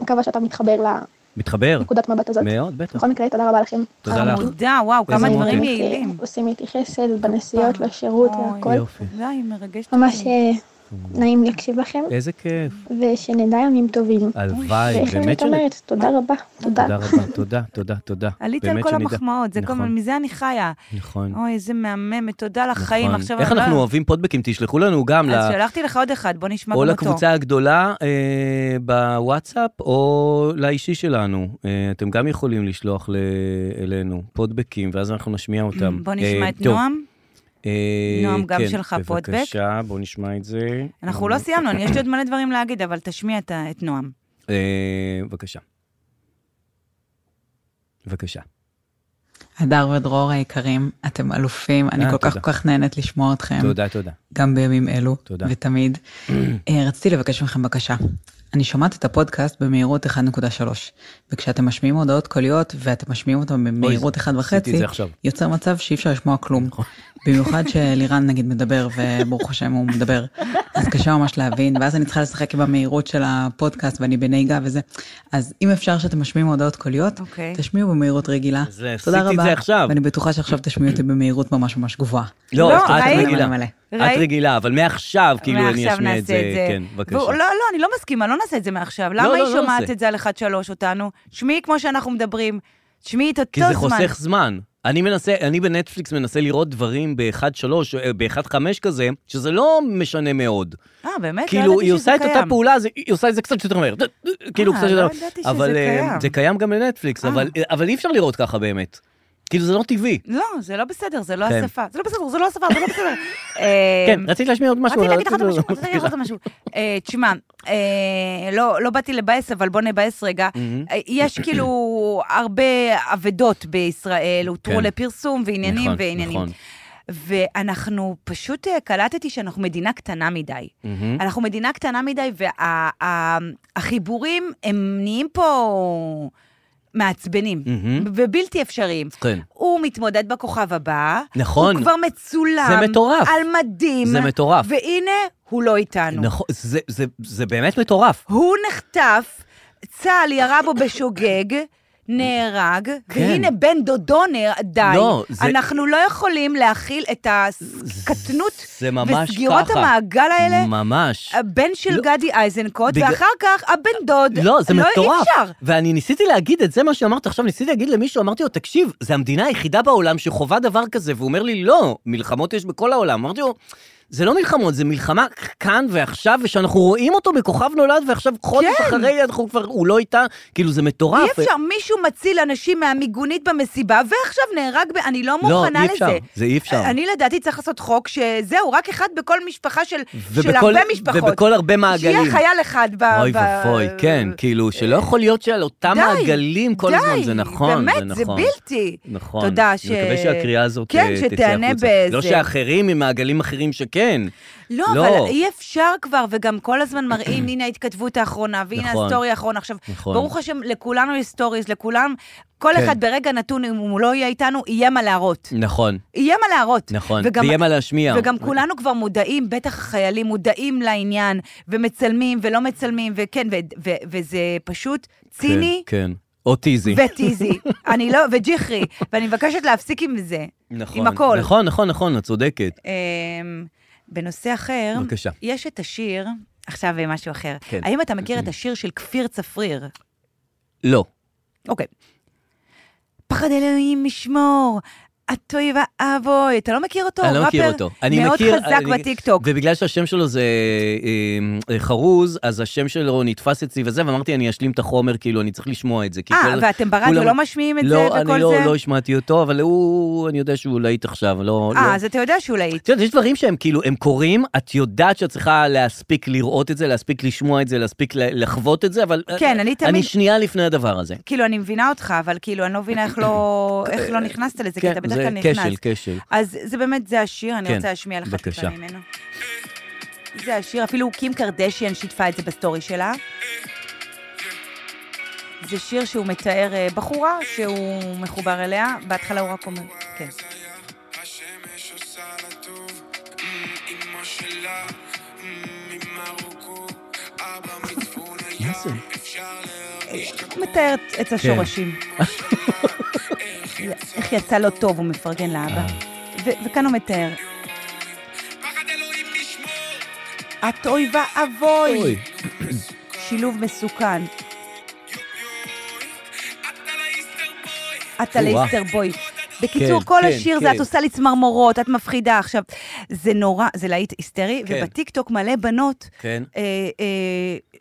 H: מקווה שאתה מתחבר
B: מתחבר?
H: לנקודת מבט הזאת.
B: מאוד, בטח.
C: נכון.
H: בכל מקרה, תודה רבה לכם. אה,
B: תודה לך.
C: חמודה, וואו, כמה
B: איזה
C: דברים
B: מותק.
C: יעילים.
H: עושים איתי חסד בנסיעות, בשירות
C: אוי,
H: והכל.
B: יופי.
C: די, מרגשת
H: ממש
C: אותי.
H: אה, נעים להקשיב לכם,
B: איזה כיף.
H: ושנדע ימים טובים.
B: הלוואי,
H: ואיך
B: אה, באמת
H: באמת
B: שאני...
H: אומרת, תודה רבה, תודה.
B: תודה רבה, תודה, תודה, תודה.
C: עלית על
B: באמת
C: כל
B: שנדע.
C: המחמאות, זה כל
B: נכון,
C: מזה אני חיה.
B: נכון.
C: אוי, איזה מהממת, תודה לחיים.
B: נכון.
C: עכשיו
B: איך
C: אני לא-
B: אנחנו אוהבים פודבקים? תשלחו לנו גם ל...
C: אז שלחתי לך עוד אחד, בוא נשמע גם
B: או
C: אותו.
B: לקבוצה הגדולה אה, בוואטסאפ, או לאישי שלנו. אה, אתם גם יכולים לשלוח ל... אלינו פודבקים, ואז אנחנו נשמיע אותם.
C: בוא
B: אה,
C: נשמע את
B: טוב,
C: נועם.
B: אה,
C: נועם, גם
B: כן,
C: שלך פודבק.
B: בבקשה, בוא נשמע את זה.
C: אנחנו לא סיימנו, אני- יש לי עוד מלא דברים להגיד, אבל תשמיע את ה- את נועם.
B: אה, בבקשה. בבקשה.
I: הדר ודרור היקרים, אתם אלופים, אני
B: אה,
I: כל כך
B: תודה.
I: כל כך נהנית לשמוע אתכם,
B: תודה, תודה.
I: גם בימים אלו,
B: תודה.
I: ותמיד. אה, רציתי לבקש מכם בקשה. אני שומעת את הפודקאסט במהירות 1.3, וכשאתם משמיעים הודעות קוליות ואתם משמיעים אותן במהירות
B: אוי,
I: 1.5,
B: עשיתי את זה עכשיו. נכון.
I: יוצר מצב שאי אפשר לשמוע כלום. במיוחד שלירן נגיד מדבר, וברוך השם הוא מדבר, אז קשה ממש להבין, ואז אני צריכה לשחק עם המהירות של הפודקאסט ואני בנהיגה וזה. אז אם אפשר שאתם משמיעים הודעות קוליות,
C: אוקיי.
I: תשמיעו במהירות רגילה.
B: אז עשיתי
I: תודה
B: את
I: רבה.
B: זה עכשיו.
I: ואני בטוחה שעכשיו תשמיעו אותי במהירות ממש ממש גבוהה.
B: לא,
C: לא,
B: את
C: ראית?
B: רגילה.
I: מלא, מלא.
B: את
C: ראית?
B: רגילה, אבל מעכשיו, כאילו, אני
C: מעכשיו
B: אשמיע
C: נעשה
B: את זה. כן, בבקשה.
C: והוא- לא, לא, אני לא מסכימה, לא נעשה את זה מעכשיו. למה
B: לא,
C: היא
B: לא
C: שומעת
B: נעשה.
C: את זה על 1-3 אותנו? שמעי כמו שאנחנו מדברים, שמעי את אותו
B: כי
C: זמן.
B: זה חוסך זמן. אני מנסה, אני בנטפליקס מנסה לראות דברים ב-1.3, ב-1.5 כזה, שזה לא משנה מאוד.
C: אה, באמת? לא
B: כאילו,
C: ידעתי
B: היא
C: שזה
B: עושה את אותה
C: קיים.
B: פעולה, אז היא עושה את זה קצת יותר מהר. כאילו,
C: אה,
B: קצת יותר...
C: לא ידעתי שזה
B: אבל אה,
C: קיים.
B: זה קיים גם בנטפליקס,
C: אה.
B: אבל- אבל אי אפשר לראות ככה באמת. כאילו, זה לא טבעי.
C: לא, זה לא בסדר, זה לא
B: כן.
C: השפה. זה לא בסדר, זה לא השפה, זה לא בסדר. אה,
B: כן, רצית להשמיע עוד משהו.
C: רציתי להגיד לך
B: אבל-
C: עוד משהו, רציתי להגיד לך עוד משהו. אה, תשמע, אה, לא לא באתי לבאס, אבל בוא נבאס רגע.
B: מהמם.
C: אה, יש כאילו הרבה אבדות בישראל, הותרו
B: כן.
C: לפרסום ועניינים
B: נכון,
C: ועניינים.
B: נכון.
C: ואנחנו פשוט אה, קלטתי שאנחנו מדינה קטנה מדי.
B: מהמם.
C: אנחנו מדינה קטנה מדי, והחיבורים הם נהיים פה מעצבנים
B: מהמם.
C: ובלתי אפשריים.
B: כן.
C: הוא מתמודד בכוכב הבא.
B: נכון.
C: הוא כבר מצולם.
B: זה מטורף.
C: על מדים.
B: זה מטורף.
C: והנה, הוא לא איתנו.
B: נכון, זה- זה- זה באמת מטורף.
C: הוא נחטף, צה"ל ירה בו בשוגג. נהרג,
B: כן.
C: והנה בן דודו נהרג, די.
B: לא, זה-
C: אנחנו לא יכולים להכיל את הקטנות
B: זה ממש
C: וסגירות
B: ככה.
C: המעגל האלה. אה,
B: ממש.
C: הבן של
B: לא.
C: גדי איזנקוט,
B: בגלל-
C: ואחר כך הבן דוד.
B: לא, זה
C: לא, אי
B: מטורף.
C: אפשר.
B: ואני ניסיתי להגיד את זה, מה שאמרת עכשיו, ניסיתי להגיד למישהו, אמרתי לו, תקשיב, זה המדינה היחידה בעולם שחווה דבר כזה, והוא אומר לי, לא, מלחמות יש בכל העולם. אמרתי לו, זה לא מלחמות, זה מלחמה כאן ועכשיו, ושאנחנו רואים אותו מכוכב נולד, ועכשיו חודש
C: כן.
B: אחרי, אנחנו כבר, הוא לא איתה, כאילו, זה מטורף.
C: אי אפשר, מישהו מציל אנשים מהמיגונית במסיבה, ועכשיו נהרג ב... אני לא מוכנה
B: אי
C: לזה.
B: אפשר, זה אי אפשר.
C: אני לדעתי צריך לעשות חוק שזהו, רק אחד בכל משפחה של, של
B: ובכל-
C: הרבה משפחות.
B: ובכל הרבה מעגלים.
C: שיהיה חייל אחד ב...
B: אוי
C: ב- אה,
B: ואבוי, כן, כאילו, שלא יכול להיות שעל אותם
C: די,
B: מעגלים כל
C: די,
B: הזמן, זה נכון,
C: באמת,
B: זה
C: זה
B: נכון.
C: בלתי.
B: נכון.
C: תודה ש...
B: אני מקווה שהקריאה הזאת
C: כן,
B: אה, תצא
C: שתענה
B: החוצה.
C: באיזה-
B: לא שאחרים ממעגלים אחרים שכן.
C: לא,
B: לא.
C: אבל אי אפשר כבר, וגם כל הזמן מראים, הנה ההתכתבות האחרונה, והנה
B: נכון.
C: הסטורי האחרונה. עכשיו,
B: נכון. כן.
C: ברוך השם, לכולנו יש סטוריז, לכולם, כל אחד ברגע נתון, אם הוא לא יהיה איתנו, יהיה מה להראות.
B: נכון,
C: יהיה מה להראות.
B: נכון.
C: וגם-
B: ויהיה מה להשמיע.
C: וגם כולנו כבר מודעים, בטח החיילים מודעים לעניין, ומצלמים ולא מצלמים, וכן, ו- ו- וזה פשוט
B: כן,
C: ציני
B: כן, אוטיזי.
C: וטיזי. אני לא, וג'יחרי, ואני מבקשת להפסיק עם זה.
B: נכון,
C: עם הכל.
B: נכון, נכון, נכון, את צודקת.
C: אמ, בנושא אחר,
B: בבקשה.
C: יש את השיר, עכשיו אה, משהו אחר.
B: כן.
C: האם אתה מכיר את השיר של כפיר צפריר?
B: לא.
C: אוקיי. פחד אלוהים ישמור, אטוי ואבוי. אתה לא מכיר אותו?
B: אני לא מכיר
C: ראפר
B: אותו. אני
C: מאוד
B: מכיר...
C: חזק
B: אני-
C: בטיקטוק.
B: ובגלל שהשם שלו זה אה, אה, חרוז, אז השם שלו נתפס אצלי וזה, ואמרתי, אני אשלים את החומר, כאילו, אני צריך לשמוע את זה. כי
C: אה,
B: כל-
C: ואתם ברדיו
B: כולם-
C: לא משמיעים את זה
B: לא,
C: וכל
B: אני
C: זה?
B: לא, לא השמעתי אותו, אבל הוא, אני יודע שהוא להיט עכשיו, לא... לא.
C: אה, אז אתה יודע שהוא להיט.
B: את יודעת, יש דברים שהם כאילו, הם קורים, את יודעת שאת צריכה להספיק לראות את זה, להספיק לשמוע את זה, להספיק ל- לחוות את זה, אבל... אה,
C: כן, אני תמיד-
B: אני שנייה לפני הדבר הזה.
C: כאילו, אני מבינה אותך, אבל כאילו, אני לא מבינה איך לא, איך לא נכנסת לזה, כי
B: כן,
C: אתה בדרך
B: זה
C: כלל נכנס.
B: כשל, כשל.
C: אז זה באמת, זה השיר, אני
B: כן,
C: רוצה להשמיע לך
B: בבקשה.
C: טיפה ממנו. זה השיר, אפילו קים קרדשיאן שיתפה את זה בסטורי שלה. זה שיר שהוא מתאר אה, בחורה שהוא מחובר אליה, בהתחלה הוא רק אומר, כן.
J: השמש עושה לה טוב, אמא שלה, ממרוקו, אבא מצפון הים, אפשר להרגיש
C: הוא מתאר את- את השורשים.
B: כן.
C: איך יצא לא טוב, הוא מפרגן
B: אה.
C: לאבא. ו- וכאן הוא מתאר,
J: פחד אלוהים לשמור,
C: את אוי ואבוי, שילוב מסוכן.
J: אתה לאיסטר בוי,
C: את הלייסטר בוי. בקיצור,
B: כן,
C: כל
B: כן,
C: השיר זה,
B: כן.
C: את עושה לי צמרמורות, את מפחידה. עכשיו, זה נורא, זה להיט היסטרי,
B: כן.
C: ובטיקטוק מלא בנות
B: כן.
C: אה, אה,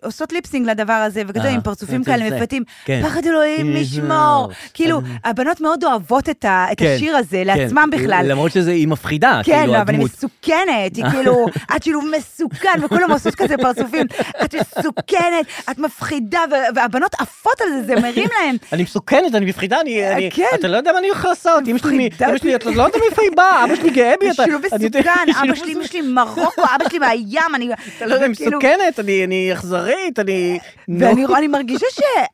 C: עושות ליפסינג לדבר הזה, וכזה
B: אה,
C: עם פרצופים
B: זה-
C: כאלה
B: זה-
C: מפתים,
B: כן.
C: פחד אלוהים
B: אה,
C: ישמור.
B: אה,
C: כאילו, הבנות מאוד אוהבות את ה- את
B: כן,
C: השיר הזה,
B: כן.
C: לעצמם בכלל.
B: למרות שזה, היא מפחידה,
C: כן,
B: כאילו,
C: לא, אבל היא
B: הדמות.
C: מסוכנת, היא כאילו, את שילוב מסוכן, וכולם עושות כזה פרצופים, את מסוכנת, את מפחידה, ו- והבנות עפות על זה, זה מרים להן.
B: אני מסוכנת, אני מפחידה, אני... אני-
C: כן.
B: אתה לא יודע מה אני הולך לעשות. אמא שלי,
C: מפחידה
B: אמא שלי,
C: אותי.
B: את לא יודעת מאיפה היא באה, אבא שלי גאה בי. אתה-
C: שילוב
B: אני יודע-
C: מסוכן, אבא
B: שילוב
C: שלי,
B: מסוכן.
C: אמא שלי מרוקו, אבא שלי מהים, אני...
B: אתה לא יודע, היא
C: וכאילו-
B: מסוכנת, אני- אני אכזרית, אני... נו.
C: כאילו- ואני אני מרגישה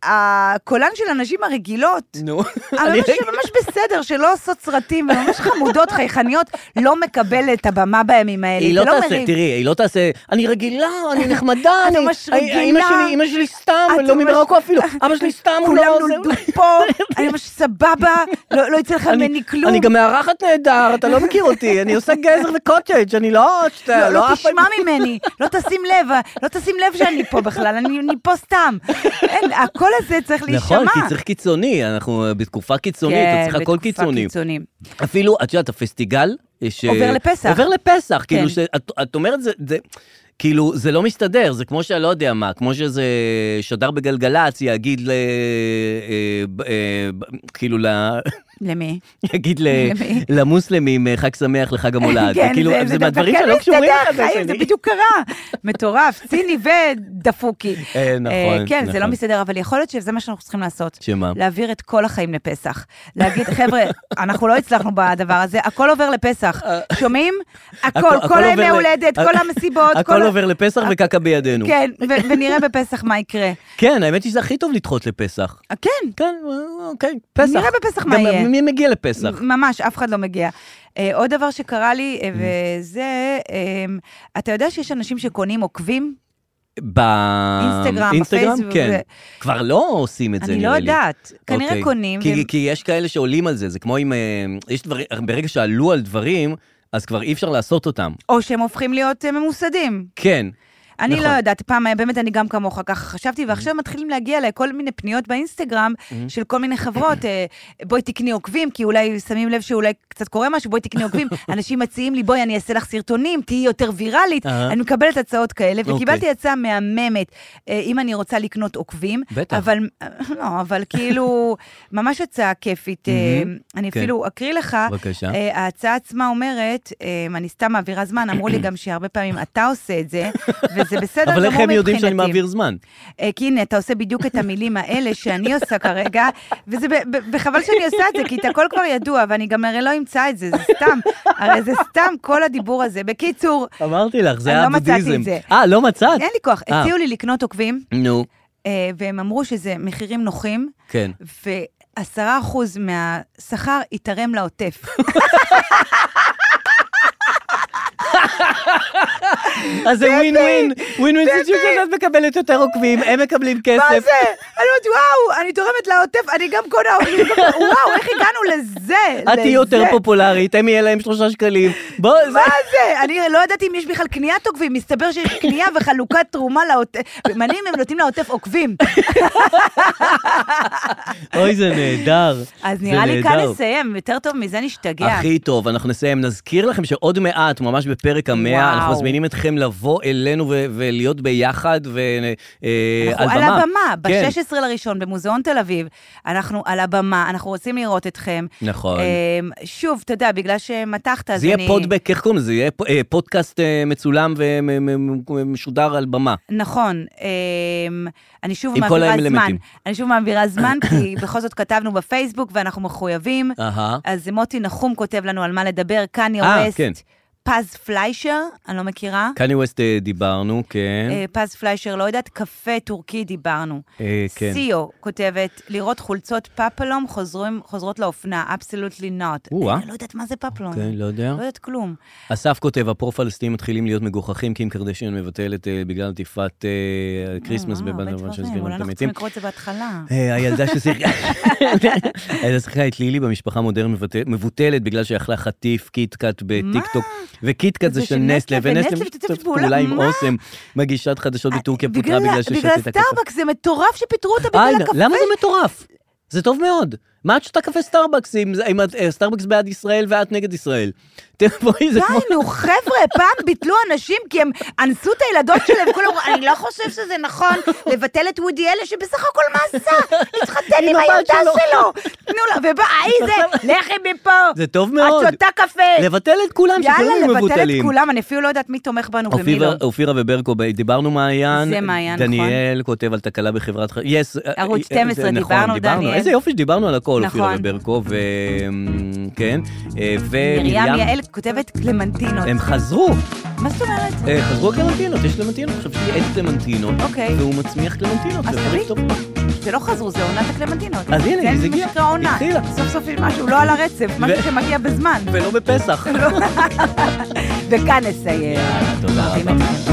C: שהקולן של הנשים הרגילות,
B: נו. אני-
C: הממש ממש בסדר, שלא עושות סרטים, וממש חמודות, חייכניות, לא מקבל את הבמה בימים האלה.
B: היא
C: אה, זה
B: לא תעשה,
C: מרים.
B: תראי, היא לא תעשה, אני רגילה, אני נחמדה,
C: את
B: אני...
C: ממש
B: אה, אמא
C: רגילה.
B: שלי, אמא שלי סתם,
C: את
B: לא
C: ממש-
B: ממרוקו אפילו, אבא שלי סתם, הוא
C: כולם
B: לא... זה-
C: נולדו פה, אני ממש סבבה, לא לא יצא לך
B: אני-
C: ממני כלום.
B: אני גם מארחת נהדר, אתה לא מכיר אותי, אני עושה גזר וקוטג', אני לא... שאתה-
C: לא, לא
B: עפה-
C: תשמע ממני, לא תשים לב, לא תשים לב שאני פה בכלל, אני אני פה סתם. אין, הקול הזה צריך להישמע.
B: נכון, כי צריך קיצוני, אנחנו אה, בתקופה קיצונית,
C: כן,
B: אתה צריך הכל
C: בתקופה
B: קיצוני.
C: קיצוניים.
B: אפילו, את יודעת, הפסטיגל... אה, ש...
C: עובר לפסח.
B: עובר לפסח,
C: כן.
B: כאילו, שאת, את אומרת, זה, זה, כאילו, זה לא מסתדר, זה כמו שלא יודע מה, כמו שזה שדר בגלגלצ יגיד ל... אה, ב- אה, ב- כאילו, ל...
C: למי?
B: יגיד ל-
C: למי?
B: למוסלמים אה, חג שמח לחג המולד. זה כאילו, זה
C: דבר-
B: מהדברים
C: כן,
B: שלא קשורים
C: מסתדר,
B: אחד
C: חיים, זה
B: לשני.
C: בדיוק קרה. מטורף, ציני ודפוקי.
B: אה, נכון,
C: אה, כן, זה לא
B: נכון.
C: מסתדר, אבל יכול להיות שזה מה שאנחנו צריכים לעשות.
B: שמה?
C: להעביר את כל החיים לפסח. להגיד, חבר'ה, אנחנו לא הצלחנו בדבר הזה, הכל עובר לפסח. שומעים? הכל,
B: הכל
C: כל
B: עובר
C: הימי
B: ל-
C: הולדת, כל המסיבות.
B: הכל
C: כל ה-
B: עובר לפסח וקקה בידינו.
C: כן, ו- ונראה בפסח מה יקרה.
B: כן, האמת היא שזה הכי טוב לדחות לפסח.
C: אה, כן.
B: כן, אוקיי, פסח.
C: נראה בפסח מה
B: גם
C: יהיה.
B: מי מגיע לפסח?
C: ממש, אף אחד לא מגיע. אה, עוד דבר שקרה לי,
B: Mm.
C: אה, וזה, אה, אתה יודע שיש אנשים שקונים עוקבים?
B: באינסטגרם,
C: בפייסבוק,
B: כן.
C: זה-
B: כבר לא עושים את זה,
C: אני לא
B: נראה לי.
C: יודעת. כנראה
B: אוקיי.
C: קונים,
B: כי,
C: והם-
B: כי יש כאלה שעולים על זה, זה כמו אם... אה, יש דברים, ברגע שעלו על דברים, אז כבר אי אפשר לעשות אותם.
C: או שהם הופכים להיות אה, ממוסדים.
B: כן.
C: אני
B: נכון.
C: לא יודעת, פעם היה- באמת אני גם כמוך ככה חשבתי, ועכשיו מתחילים להגיע אליי כל מיני פניות באינסטגרם של כל מיני חברות, אה, בואי תקני עוקבים, כי אולי שמים לב שאולי קצת קורה משהו, בואי תקני עוקבים. אנשים מציעים לי, בואי אני אעשה לך סרטונים, תהיי יותר ויראלית.
B: אהה.
C: אני מקבלת הצעות כאלה,
B: אוקיי.
C: וקיבלתי הצעה מהממת, אה, אם אני רוצה לקנות עוקבים.
B: בטח.
C: אבל, לא, אבל כאילו, ממש הצעה כיפית. אה,
B: מהמם.
C: אני
B: כן.
C: אפילו אקריא לך.
B: בבקשה.
C: אה, ההצעה עצמה אומרת, אה, אני סתם מעבירה זמן, אמרו לי גם שהרבה פעמים אתה עושה את זה, וזה בסדר גמור מבחינתי.
B: אבל איך הם יודעים שאני מעביר זמן?
C: אה, כי הנה, אתה עושה בדיוק את המילים האלה שאני עושה כרגע, וזה, ב- ב- וחבל שאני עושה את זה, כי את הכל כבר ידוע, ואני גם הרי לא אמצא את זה, זה סתם, הרי זה סתם כל הדיבור הזה. בקיצור,
B: אמרתי לך, זה
C: אני לא מצאתי
B: הבודהיזם.
C: את זה. כן.
B: אה, לא מצאת?
C: אין לי כוח,
B: אה.
C: הציעו לי לקנות עוקבים,
B: נו,
C: אה, והם אמרו שזה מחירים נוחים,
B: כן.
C: ועשרה אחוז מהשכר ייתרם לעוטף.
B: אז זה ווין ווין, ווין ווין סיטואציה, את מקבלת יותר עוקבים, הם מקבלים
C: מה
B: כסף.
C: זה? אני אומרת, וואו, אני תורמת לעוטף, אני גם קונה, אני גם- וואו, איך הגענו לזה?
B: את תהיי יותר
C: לזה?
B: פופולרית, הם יהיה להם שלושה שקלים. בוא, זה...
C: מה זה? אני לא ידעתי אם יש בכלל קניית עוקבים, מסתבר שיש קנייה וחלוקת תרומה לעוטף. מעניין אם הם נותנים לעוטף עוקבים.
B: אוי, זה נהדר.
C: אז
B: זה
C: נראה לי קל
B: נהדר.
C: לסיים, יותר טוב מזה נשתגע.
B: הכי טוב, אנחנו נסיים. נזכיר לכם שעוד מעט, ממש בפרק המאה,
C: וואו.
B: אנחנו מזמינים אתכם לבוא אלינו ו- ולהיות ביחד ועל במה.
C: אנחנו על הבמה,
B: כן,
C: ב-16 לראשון במוזיאון תל אביב, אנחנו על הבמה, אנחנו רוצים לראות אתכם.
B: נכון.
C: אמ, שוב, אתה יודע, בגלל שמתחת, אז
B: זה
C: אני...
B: יהיה פודבק, איך קוראים לזה? זה יהיה פ- אה, פודקאסט אה, מצולם ומשודר על במה.
C: נכון, אמ, אני שוב
B: עם כל
C: מעבירה זמן.
B: האלמנטים.
C: אני שוב מעבירה זמן, כי בכל זאת כתבנו בפייסבוק ואנחנו מחויבים.
B: אהה.
C: אז מוטי נחום כותב לנו על מה לדבר, קניה
B: אה,
C: ווסט,
B: כן.
C: פז פליישר, אני לא מכירה.
B: קני ווסט אה, דיברנו, כן.
C: אה, פז פליישר, לא יודעת, קפה טורקי דיברנו.
B: אה, כן.
C: סיו כותבת, לראות חולצות פפלום חוזרים- חוזרות לאופנה, absolutely not.
B: או-אה.
C: אני לא יודעת מה זה פפלום.
B: כן, לא יודע.
C: לא יודעת כלום.
B: אסף כותב, הפרו-פלסטינים מתחילים להיות מגוחכים, קים קרדשיון מבטלת אה, בגלל עטיפת אה, כריסמס
C: אה,
B: בבן
C: הרבה
B: אדם
C: דברים,
B: שהסגרנו
C: אולי
B: את
C: אנחנו
B: המתים.
C: צריכים לקרוא את זה בהתחלה.
B: אה, הילדה ששיחקה, הילדה ששיחקה את לילי במשפחה מודרנית מבטל- מבוטלת בגלל שיכלה חטיף קיטקאט בטיקטוק. וקיטקאט זה של נסטלה, ונסטלה משתפת פעולה עם
C: מה? אה,
B: אוסם, מגישת חדשות בטורקיה פוטרה
C: בגלל-
B: בגלל ששתתה
C: בגלל
B: את הקפה.
C: סטארבקס, זה מטורף שפיטרו אותה
B: אה,
C: בגלל
B: הנה,
C: הקפה.
B: למה זה מטורף? זה טוב מאוד. מה את שותה קפה סטארבקס אם זה- אם את- אה, סטארבקס בעד ישראל ואת נגד ישראל? תבואי, זה כמו...
C: די, נו, חבר'ה, פעם ביטלו אנשים כי הם אנסו את הילדות שלהם, וכולם אמרו, אני לא חושב שזה נכון לבטל את וודי אלה, שבסך הכל מה עשה? התחתן עם
B: הבת
C: הילדה
B: שלו.
C: שלו. תנו לה, ובא, האי זה, לכי מפה.
B: זה טוב מאוד.
C: את שותה קפה.
B: לבטל את כולם, שכולם
C: יאללה,
B: יהיו
C: לבטל את
B: מבוטלים.
C: כולם, אני אפילו לא יודעת מי תומך בנו ומי לא.
B: אופירה- אופירה וברקו, ב- דיברנו מעיין.
C: זה מעיין, נכון.
B: דניאל כותב על תקלה בחברת... ח- יס. אה,
C: ערוץ
B: אה,
C: 12
B: זה-
C: דיברנו,
B: נכון,
C: דניאל.
B: איזה יופי שדיברנו על הכל, אופירה
C: נכון.
B: וברקו, ו... כן. אה,
C: מרים
B: ומרים.
C: יעל כותבת קלמנטינות.
B: הם חזרו,
C: מה זאת אומרת?
B: אה, חזרו הקלמנטינות, יש קלמנטינות, עכשיו יש לי עד קלמנטינות,
C: אוקיי.
B: והוא מצמיח קלמנטינות,
C: אז
B: זה פרק
C: תביא.
B: טוב.
C: זה לא חזרו, זה עונת הקלמנטינות.
B: אז הנה, זה
C: זה
B: הגיע,
C: מה שנקרא עונה.
B: התחילה.
C: סוף סוף יש משהו, לא על הרצף, משהו שמגיע בזמן. לא.
B: ולא בפסח.
C: וכאן נסיים.
B: יאללה, תודה רבה.
C: אוהבים אתכם.